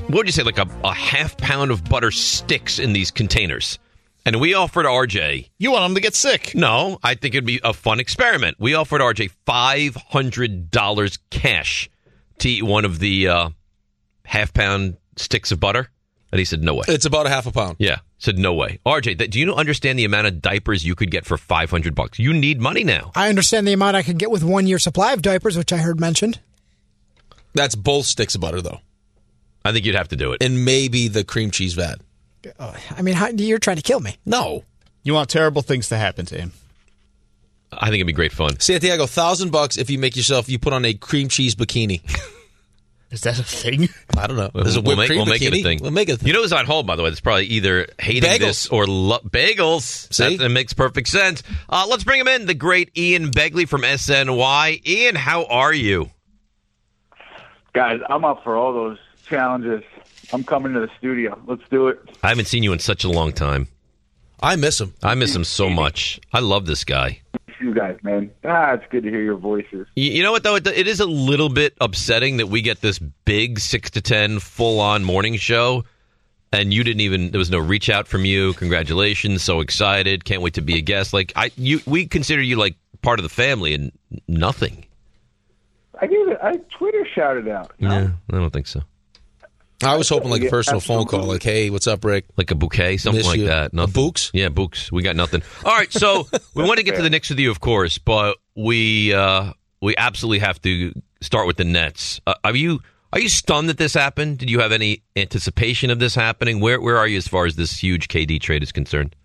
what would you say, like a, a half pound of butter sticks in these containers. And we offered RJ. You want him to get sick? No, I think it'd be a fun experiment. We offered RJ five hundred dollars cash to eat one of the uh, half pound sticks of butter, and he said no way. It's about a half a pound. Yeah, said no way. RJ, that, do you understand the amount of diapers you could get for five hundred bucks? You need money now. I understand the amount I could get with one year supply of diapers, which I heard mentioned. That's both sticks of butter, though. I think you'd have to do it. And maybe the cream cheese vat. I mean, how, you're trying to kill me. No. You want terrible things to happen to him. I think it'd be great fun. Santiago, thousand bucks if you make yourself, you put on a cream cheese bikini. Is that a thing? I don't know. There's a whipped cream bikini. Make it a thing. We'll make it a You know who's on hold, by the way? That's probably either hating Bagels. this or lo- bagels. See? That, that makes perfect sense. Uh, let's bring him in, the great Ian Begley from SNY. Ian, how are you? Guys, I'm up for all those challenges. I'm coming to the studio. Let's do it. I haven't seen you in such a long time. I miss him. I miss him so much. I love this guy. You guys, man. Ah, it's good to hear your voices. Y- You know what though? It it is a little bit upsetting that we get this big six to ten full on morning show, and you didn't even. There was no reach out from you. Congratulations! So excited! Can't wait to be a guest. Like I, you, we consider you like part of the family, and nothing. I gave it. I Twitter shouted out. Yeah, I don't think so. I was hoping like a Yeah, personal phone call, absolutely. like, "Hey, what's up, Rick?" Like a bouquet, something Miss like you. that. Nothing. Books? Yeah, books. We got nothing. All right, so we want to get to the Knicks with you, of course, but we uh, we absolutely have to start with the Nets. Uh, are you are you stunned that this happened? Did you have any anticipation of this happening? Where where are you as far as this huge KD trade is concerned?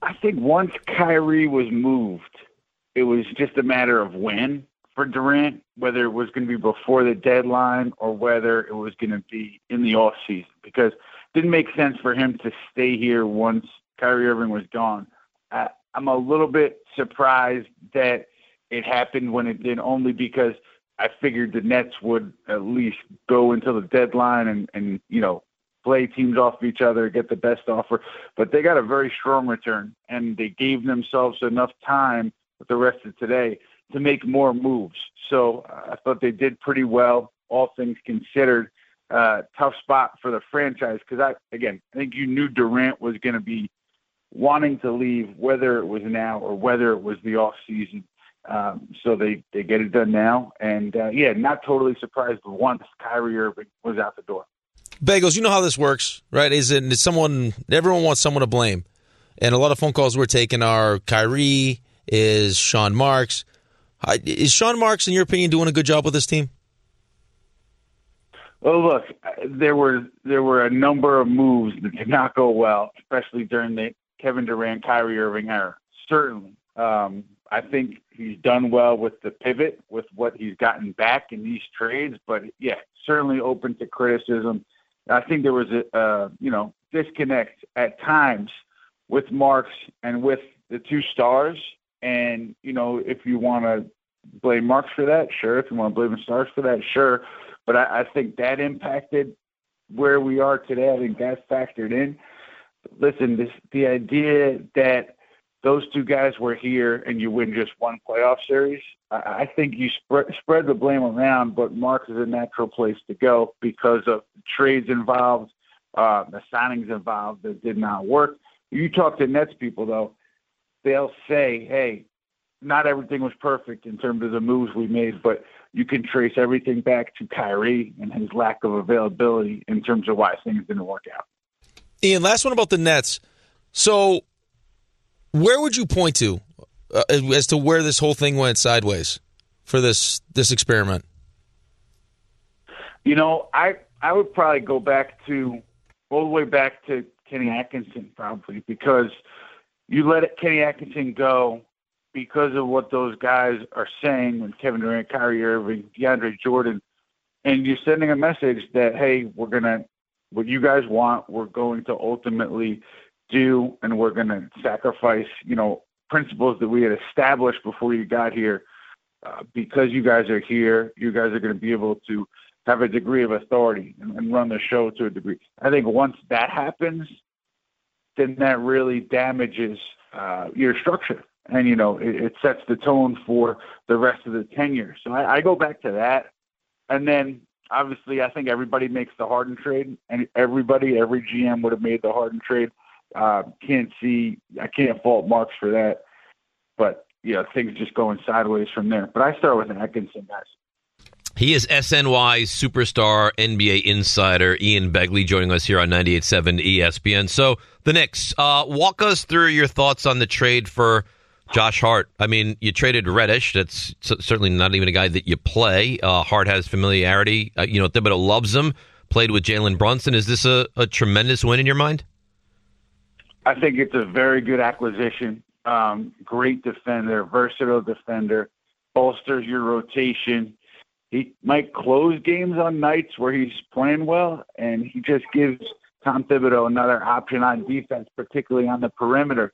I think once Kyrie was moved, it was just a matter of when for Durant, whether it was going to be before the deadline or whether it was going to be in the off season, because it didn't make sense for him to stay here once Kyrie Irving was gone. I, I'm a little bit surprised that it happened when it did, only because I figured the Nets would at least go until the deadline and, and you know, play teams off of each other, get the best offer. But they got a very strong return, and they gave themselves enough time with the rest of today to make more moves. So uh, I thought they did pretty well, all things considered. Uh, tough spot for the franchise because I, again, I think you knew Durant was going to be wanting to leave, whether it was now or whether it was the off season. Um, so they, they get it done now. And uh, yeah, not totally surprised once Kyrie Irving was out the door. Bagels, you know how this works, right? Is it it's someone? Everyone wants someone to blame, and a lot of phone calls we're taking are Kyrie is Sean Marks. I- Is Sean Marks, in your opinion, doing a good job with this team? Well, look, there were there were a number of moves that did not go well, especially during the Kevin Durant, Kyrie Irving era. Certainly, um, I think he's done well with the pivot, with what he's gotten back in these trades. But yeah, certainly open to criticism. I think there was a uh, you know disconnect at times with Marks and with the two stars. And you know, if you want to blame Marks for that, sure. If you want to blame the stars for that, sure but I, I think that impacted where we are today. I think that factored in. Listen, this, the idea that those two guys were here and you win just one playoff series, I, I think you spread spread the blame around. But Mark is a natural place to go because of the trades involved, uh, the signings involved that did not work. You talk to Nets people though, they'll say, "Hey, not everything was perfect in terms of the moves we made, but you can trace everything back to Kyrie and his lack of availability in terms of why things didn't work out. Ian, last one about the Nets. So, where would you point to uh, as to where this whole thing went sideways for this this experiment? You know, I I would probably go back to all the way back to Kenny Atkinson probably because you let Kenny Atkinson go because of what those guys are saying when Kevin Durant, Kyrie Irving, DeAndre Jordan, and you're sending a message that hey, we're gonna what you guys want, we're going to ultimately do, and we're gonna sacrifice you know principles that we had established before you got here, uh, because you guys are here, you guys are gonna be able to have a degree of authority and, and run the show to a degree. I think once that happens, then that really damages uh, your structure and you know it, it sets the tone for the rest of the tenure. So I, I go back to that, and then obviously I think everybody makes the Harden trade, and everybody, every GM would have made the Harden trade. Uh, can't see, I can't fault Marks for that, but you know things just going sideways from there. But I start with Atkinson, guys. He is SNY superstar NBA insider Ian Begley joining us here on 98.7 ESPN. So the Knicks, uh, walk us through your thoughts on the trade for Josh Hart. I mean, you traded Reddish. That's c- certainly not even a guy that you play. Uh, Hart has familiarity. Uh, you know, Thibodeau loves him. Played with Jalen Brunson. Is this a, a tremendous win in your mind? I think it's a very good acquisition. Um, great defender, versatile defender, bolsters your rotation. He might close games on nights where he's playing well, and he just gives Tom Thibodeau another option on defense, particularly on the perimeter.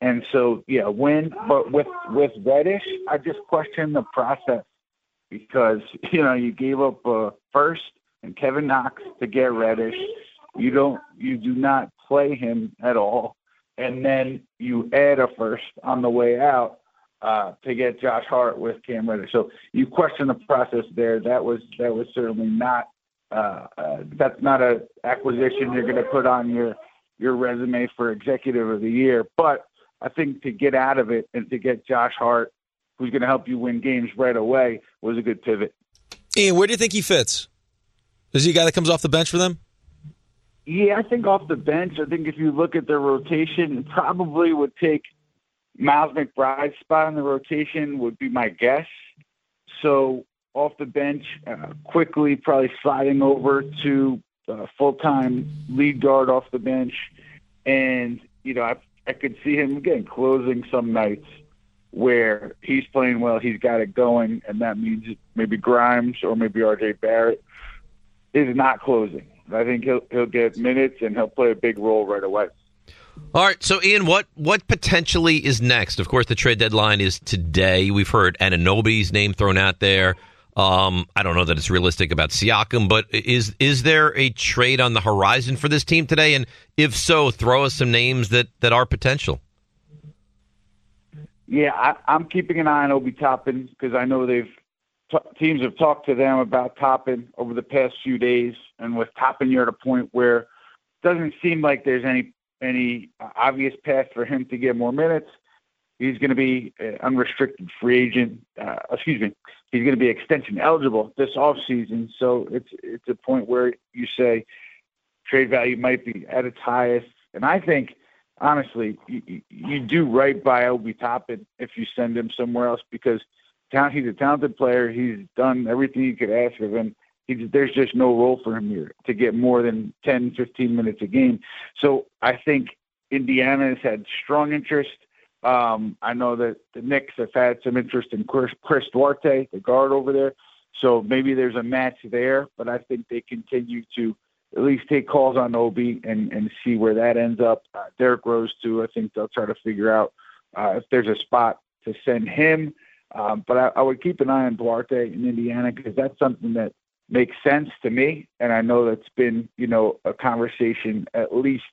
And so, yeah, win. But with with Reddish, I just question the process because you know you gave up a first and Kevin Knox to get Reddish. You don't, you do not play him at all, and then you add a first on the way out uh, to get Josh Hart with Cam Reddish. So you question the process there. That was that was certainly not uh, uh, that's not a acquisition you're going to put on your your resume for executive of the year. But I think to get out of it and to get Josh Hart, who's going to help you win games right away, was a good pivot. Ian, where do you think he fits? Is he a guy that comes off the bench for them? Yeah, I think off the bench, I think if you look at their rotation, it probably would take Miles McBride's spot in the rotation would be my guess. So off the bench, uh, quickly probably sliding over to uh, full time lead guard off the bench, and you know I I could see him again closing some nights where he's playing well, he's got it going, and that means maybe Grimes or maybe R.J. Barrett is not closing. I think he'll he'll get minutes and he'll play a big role right away. All right, so Ian, what what potentially is next? Of course, the trade deadline is today. We've heard Ananobi's name thrown out there. Um, I don't know that it's realistic about Siakam, but is is there a trade on the horizon for this team today? And if so, throw us some names that that are potential. Yeah, I, I'm keeping an eye on Obi Toppin because I know they've t- teams have talked to them about Toppin over the past few days, and with Toppin, you're at a point where it doesn't seem like there's any any uh, obvious path for him to get more minutes. He's going to be uh, unrestricted free agent. Uh, excuse me. He's going to be extension eligible this offseason. So it's it's a point where you say trade value might be at its highest. And I think, honestly, you, you- you do right by Obi Toppin if you send him somewhere else because talent, he's a talented player. He's done everything you could ask of him. He, there's just no role for him here to get more than 10, 15 minutes a game. So I think Indiana has had strong interest. Um, I know that the Knicks have had some interest in Chris, Chris Duarte, the guard over there. So maybe there's a match there, but I think they continue to at least take calls on Obi and, and see where that ends up. Uh, Derek Rose, too, I think they'll try to figure out uh, if there's a spot to send him. Um, but I, I would keep an eye on Duarte in Indiana because that's something that makes sense to me. And I know that's been, you know, a conversation at least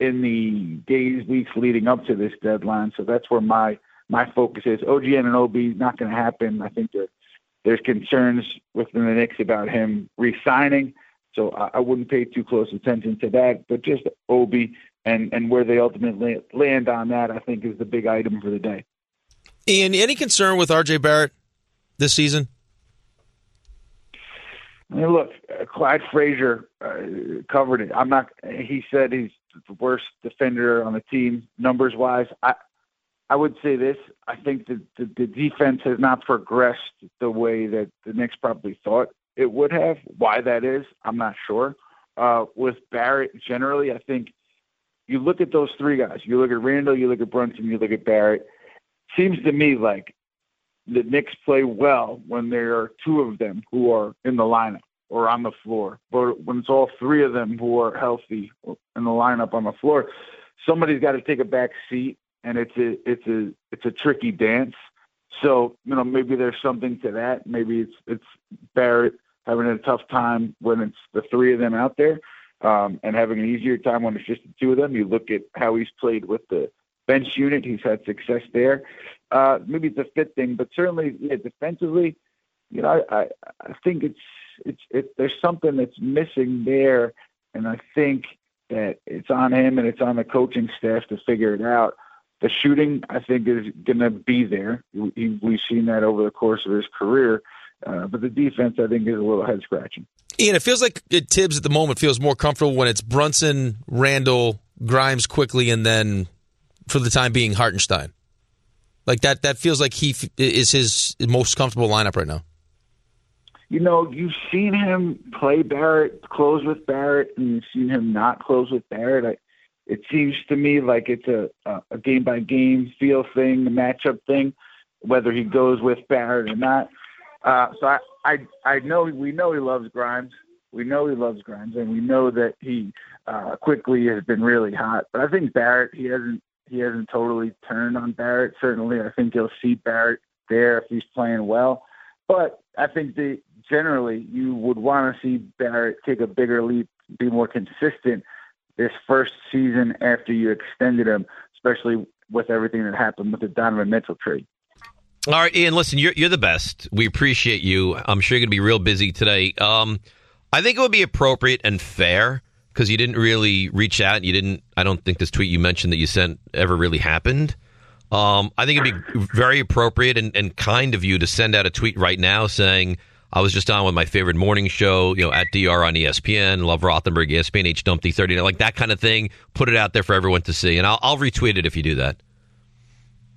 in the days, weeks leading up to this deadline. So that's where my my focus is. OGN and OB not going to happen. I think there there's concerns within the Knicks about him re-signing. So I, I wouldn't pay too close attention to that. But just OB and and where they ultimately land on that, I think is the big item for the day. Ian, any concern with RJ Barrett this season? I mean, look, uh, Clyde Frazier uh, covered it. I'm not. He said he's the worst defender on the team, numbers wise. I, I would say this. I think that the, the defense has not progressed the way that the Knicks probably thought it would have. Why that is, I'm not sure. Uh, with Barrett, generally, I think you look at those three guys. You look at Randall. You look at Brunson. You look at Barrett. Seems to me like the Knicks play well when there are two of them who are in the lineup or on the floor. But when it's all three of them who are healthy in the lineup on the floor, somebody's got to take a back seat, and it's a it's a it's a tricky dance. So you know maybe there's something to that. Maybe it's it's Barrett having a tough time when it's the three of them out there, um, and having an easier time when it's just the two of them. You look at how he's played with the bench unit; he's had success there uh, maybe it's a fit thing, but certainly yeah, defensively, you know, I, I, I think it's it's it, there's something that's missing there, and I think that it's on him and it's on the coaching staff to figure it out. The shooting, I think, is going to be there. We, we've seen that over the course of his career, uh, but the defense, I think, is a little head scratching. Ian, it feels like it, Tibbs at the moment feels more comfortable when it's Brunson, Randall, Grimes quickly, and then for the time being, Hartenstein. Like that, that feels like he f- is his most comfortable lineup right now. you know, you've seen him play Barrett, close with Barrett, and you've seen him not close with Barrett. I, it seems to me like it's a a- a game by game feel thing, a matchup thing, whether he goes with Barrett or not. Uh, so I, I I know we know he loves Grimes. We know he loves Grimes, and we know that he uh, quickly has been really hot. But I think Barrett he hasn't he hasn't totally turned on Barrett. Certainly, I think you'll see Barrett there if he's playing well. But I think that generally you would want to see Barrett take a bigger leap, be more consistent this first season after you extended him, especially with everything that happened with the Donovan Mitchell trade. All right, Ian. Listen, you're you're the best. We appreciate you. I'm sure you're going to be real busy today. Um, I think it would be appropriate and fair because you didn't really reach out. You didn't. I don't think this tweet you mentioned that you sent ever really happened. Um, I think it'd be very appropriate and, and kind of you to send out a tweet right now saying I was just on with my favorite morning show. You know, at Dr on E ESPN, Love Rothenberg, E ESPN, H Dumpty thirty, like that kind of thing. Put it out there for everyone to see, and I'll, I'll retweet it if you do that.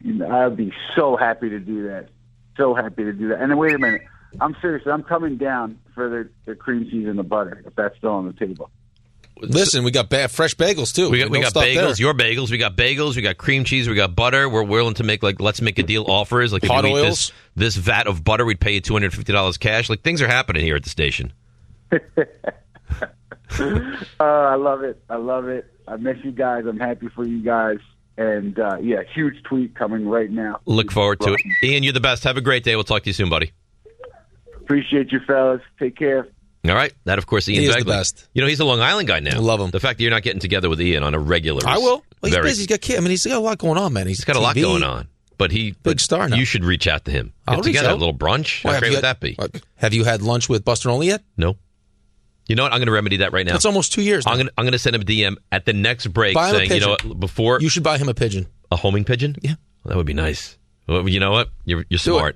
You know, I'd be so happy to do that. So happy to do that. And then wait a minute. I'm serious. I'm coming down for the, the cream cheese and the butter if that's still on the table. Listen, we got ba- fresh bagels too. We got, we Don't got stop there. bagels, your bagels. We got bagels. We got cream cheese. We got butter. We're willing to make like let's make a deal offers. Like if Hot you eat oils? This, this vat of butter, we'd pay you two hundred fifty dollars cash. Like things are happening here at the station. uh, I love it. I love it. I miss you guys. I'm happy for you guys. And uh, yeah, huge tweet coming right now. Look forward to it. Ian, you're the best. Have a great day. We'll talk to you soon, buddy. Appreciate you, fellas. Take care. All right. That of course, Ian He is the Begley. best. You know he's a Long Island guy now. I love him. The fact that you're not getting together with Ian on a regular. I is will. Well, he's very- busy. He's got kids. I mean, he's got a lot going on, man. He's He's got a lot TV. going on. But he big star. You should reach out to him. Get I'll reach together out. a little brunch. Why, How have great you would had- that be? Have you had lunch with Buster Only yet? No. You know what? I'm going to remedy that right now. That's almost two years. I'm going to I'm going to send him a DM at the next break Buy him a saying, you know pigeon. what? Before You should buy him a pigeon. A homing pigeon? Yeah. That would be nice. Well, you know what? You're, you're smart.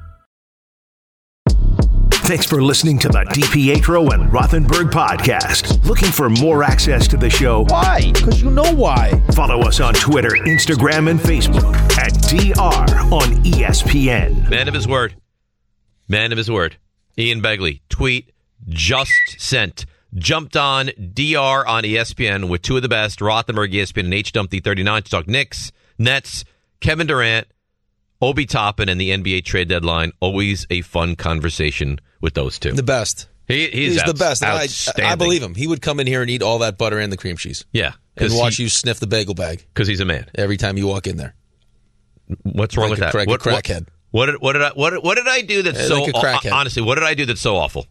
Thanks for listening to the DPetro and Rothenberg podcast. Looking for more access to the show? Why? Because you know why. Follow us on Twitter, Instagram, and Facebook at DR on E ESPN. Man of his word. Man of his word. Ian Begley, tweet just sent. Jumped on DR on E ESPN with two of the best, Rothenberg, E ESPN, and H Dumpty 39 to talk Knicks, Nets, Kevin Durant, Obi Toppin, and the NBA trade deadline. Always a fun conversation with those two. The best. He, he's He's the best. and I- Outstanding. I, I believe him. He would come in here and eat all that butter and the cream cheese. Yeah. And 'cause watch he- you sniff the bagel bag because he's a man. every time you walk in there. What's wrong Like with a that? crack- a what, what- crackhead. What, did, what did I what, what did I do that's Yeah, so like a crackhead. Uh, honestly? What did I do that's so awful?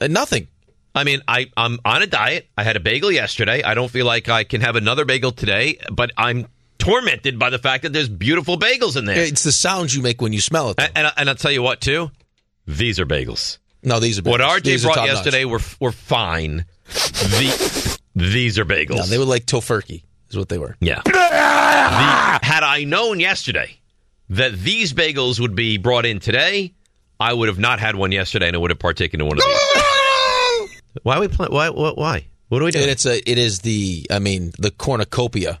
nothing. I mean, I I'm on a diet. I had a bagel yesterday. I don't feel like I can have another bagel today, but I'm tormented by the fact that there's beautiful bagels in there. It's the sounds you make when you smell it. And, and, I- and I'll tell you what, too. These are bagels. No, these are bagels. What RJ These are brought top-notch. yesterday were were fine. The, these are bagels. No, they were like tofurkey, is what they were. Yeah. The- Ah, had I known yesterday that these bagels would be brought in today, I would have not had one yesterday, and I would have partaken in one of these. why are we playing? Why, why? Why? What do we do? And it's a. It is the. I mean, the cornucopia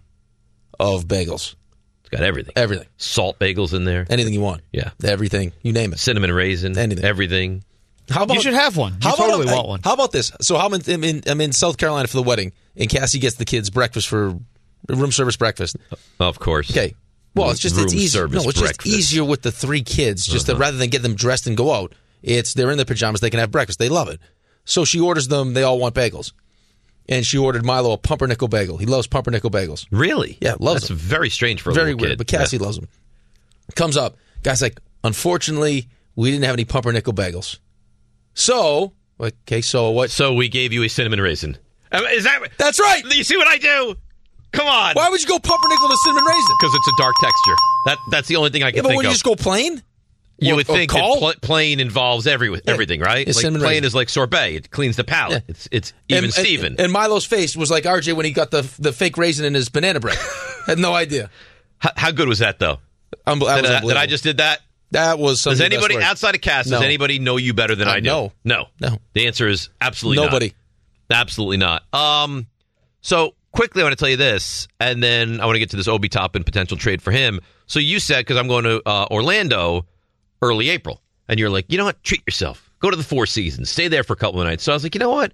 of bagels. It's got everything. Everything. Salt bagels in there. Anything you want. Yeah. Everything. You name it. Cinnamon raisin. Anything. Everything. How about You should have one. You totally about, want one. How about this? So how I'm in, I'm in I'm in South Carolina for the wedding, and Cassie gets the kids breakfast for room service breakfast. Of course. Okay. Well, it's just it's Room easier. No, service it's just breakfast. easier with the three kids, just Uh-huh. to, rather than get them dressed and go out. It's they're in their pajamas, they can have breakfast. They love it. So she orders them. They all want bagels, and she ordered Milo a pumpernickel bagel. He loves pumpernickel bagels. Really? Yeah, loves That's them. very strange for a Very little weird, kid. but Cassie Yeah. loves them. Comes up, guys. Like, unfortunately, we didn't have any pumpernickel bagels. So, okay, so what? So we gave you a cinnamon raisin. Um, Is that? That's right. You see what I do? Come on. Why would you go pumpernickel to cinnamon raisin? Because it's a dark texture. That that's the only thing I can Yeah, but think would you of. just go plain? You Or- would or think that call? pl- plain involves every everything, right? It's Like cinnamon plain raisin. is like sorbet; it cleans the palate. It's it's even Steven. And, Milo's face was like RJ when he got the the fake raisin in his banana bread. Had no idea. how, how good was that though? Um, that was That I- that I unbelievable. just did that? That was. some Does of the best anybody work. outside of Cass? No. Does anybody know you better than Uh, I do? no. no, No. The answer is absolutely not. Nobody. Absolutely not. Um, so quickly, I want to tell you this, and then I want to get to this Obi Toppin potential trade for him. So you said because I'm going to uh, Orlando early April, and you're like, you know what? Treat yourself. Go to the Four Seasons. Stay there for a couple of nights. So I was like, you know what?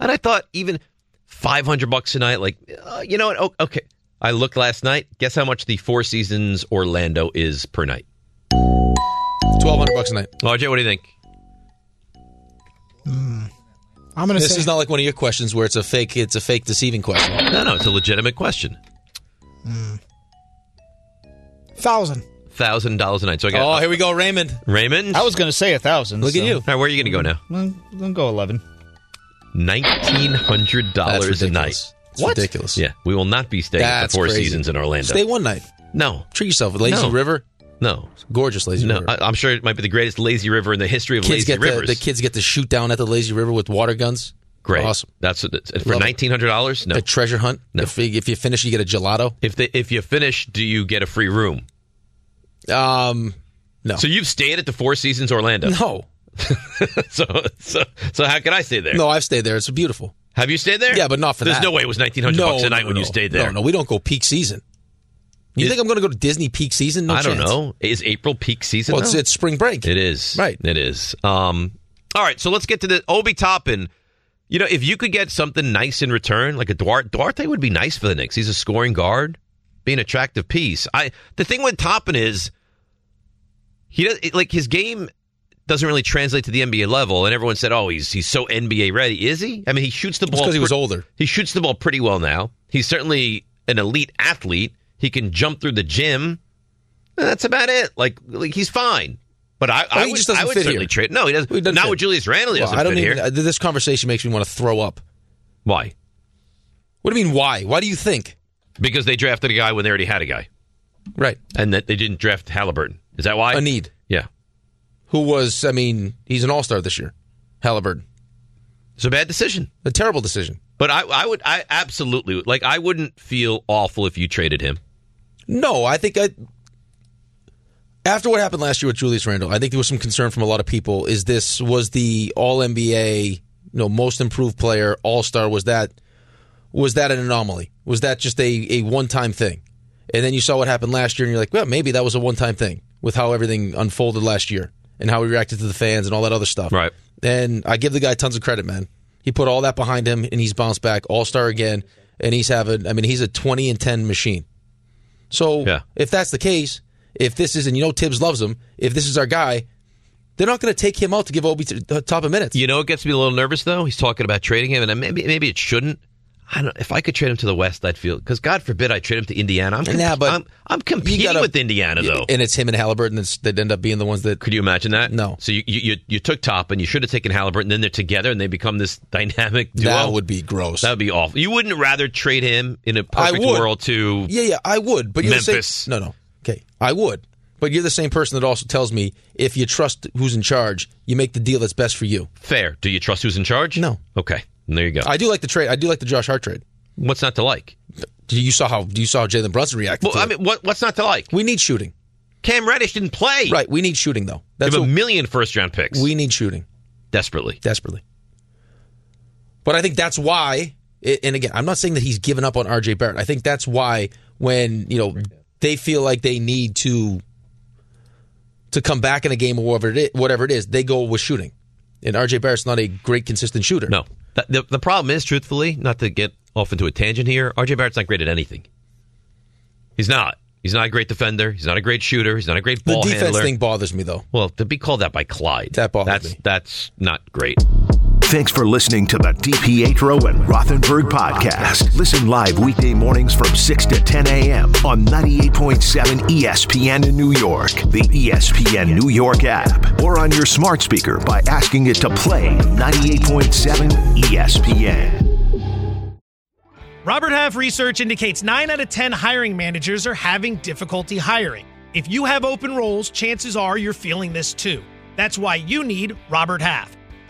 And I thought even 500 bucks a night, like, uh, you know what? Oh, okay. I looked last night. Guess how much the Four Seasons Orlando is per night? Twelve hundred bucks a night. RJ, Oh, what do you think? I'm gonna This say is not like one of your questions where it's a fake. It's a fake deceiving question. No, no, it's a legitimate question. thousand. Thousand dollars a night. So I got Oh, here we go, Raymond. Raymond. I was going to say a thousand. Look at so- you. All right, where are you going to go now? Well, I'll go eleven. nineteen hundred dollars a night. It's What? ridiculous. Yeah, we will not be staying at That's the Four crazy. Seasons in Orlando. Stay one night. No, treat yourself. Lazy No. River. No, gorgeous lazy no, river. I, I'm sure it might be the greatest lazy river in the history of kids lazy get the, rivers. the kids get to shoot down at the lazy river with water guns. Great. Awesome. That's that's- for Love it. nineteen hundred dollars. No A treasure hunt. No. If, you- if you finish, you get a gelato. If they, if you finish, do you get a free room? Um, no. So you've stayed at the Four Seasons Orlando? No. so so so how can I stay there? No, I've stayed there. It's beautiful. Have you stayed there? Yeah, but not for There's that. no way it was 1900 No, bucks a no, night when no, you stayed no, there. No, we don't go peak season. You think I'm going to go to Disney peak season? No I don't chance. know. Is April peak season? Well, it's- though? it's spring break. It is. Right. It is. Um, all right. So let's get to the Obi Toppin. You know, if you could get something nice in return, like a Duarte, Duarte would be nice for the Knicks. He's a scoring guard, be an attractive piece. I the thing with Toppin is he does it- like his game doesn't really translate to the NBA level, and everyone said, "Oh, he's he's so NBA ready." Is he? I mean, he shoots the It's ball 'cause he was pre- older. He shoots the ball pretty well now. He's certainly an elite athlete. He can jump through the gym. That's about it. Like, like he's fine. But I, I Oh, he would, just doesn't I would fit certainly here. trade. No, he doesn't. not fit. with Julius Randle. He Well, doesn't I don't fit even. here. uh, This conversation makes me want to throw up. Why? What do you mean? Why? Why do you think? because they drafted a guy when they already had a guy, Right. and that they didn't draft Halliburton. Is that why? A need. Yeah. Who was? I mean, he's an all star this year. Halliburton. It's a bad decision. A terrible decision. But I, I would, I absolutely would. like. I wouldn't feel awful if you traded him. No, I think I. After what happened last year with Julius Randle, I think there was some concern from a lot of people. Is this was the All NBA, you know, most improved player, All Star? Was that was that an anomaly? Was that just a, a one time thing? And then you saw what happened last year, and you're like, well, maybe that was a one time thing with how everything unfolded last year and how he reacted to the fans and all that other stuff. Right. And I give the guy tons of credit, man. He put all that behind him, and he's bounced back, All Star again, and he's having. I mean, he's a twenty and ten machine. So if that's the case, if this is, and you know Tibbs loves him, if this is our guy, they're not going to take him out to give Obi t- t- top of minutes. You know, it gets me a little nervous though. He's talking about trading him, and I- maybe maybe it shouldn't. I don't. If I could trade him to the West, I'd feel because God forbid I trade him to Indiana. I'm, comp- Nah, but I'm, I'm competing with Indiana though. and it's him and Halliburton that's, that end up being the ones that. Could you imagine that? No. So you you you, you took Top and you should have taken Halliburton. and Then they're together and they become this dynamic duo. That would be gross. That would be awful. You wouldn't rather trade him in a I perfect would. world to Yeah, yeah, I would. But you're The Memphis. same, no, no. Okay, I would. But you're the same person that also tells me if you trust who's in charge, you make the deal that's best for you. fair. Do you trust who's in charge? No. Okay. There you go. I do like the trade. I do like the Josh Hart trade. What's not to like? You saw how you saw how Jalen Brunson reacted. Well, to I it. mean, what what's not to like? We need shooting. Cam Reddish didn't play. Right. We need shooting though. That's you have what a million first round picks. we need shooting. desperately. Desperately. But I think that's why, it, and again, I'm not saying that he's given up on RJ Barrett. I think that's why when, you know, they feel like they need to to come back in a game or whatever it is, whatever it is they go with shooting. And RJ Barrett's not a great consistent shooter. No. That- The, the problem is, truthfully, not to get off into a tangent here, RJ Barrett's not great at anything. He's not. He's not a great defender. He's not a great shooter. He's not a great The ball defense handler. thing bothers me though. well, to be called that by Clyde, that bothers that's, That's not great. Thanks for listening to the DPetro and Rothenberg podcast. Listen live weekday mornings from 6 to 10 a.m. on 98.7 ESPN in New York, the E ESPN New York app, or on your smart speaker by asking it to play 98.7 ESPN. Robert Half research indicates 9 out of 10 hiring managers are having difficulty hiring. If you have open roles, chances are you're feeling this too. That's why you need Robert Half.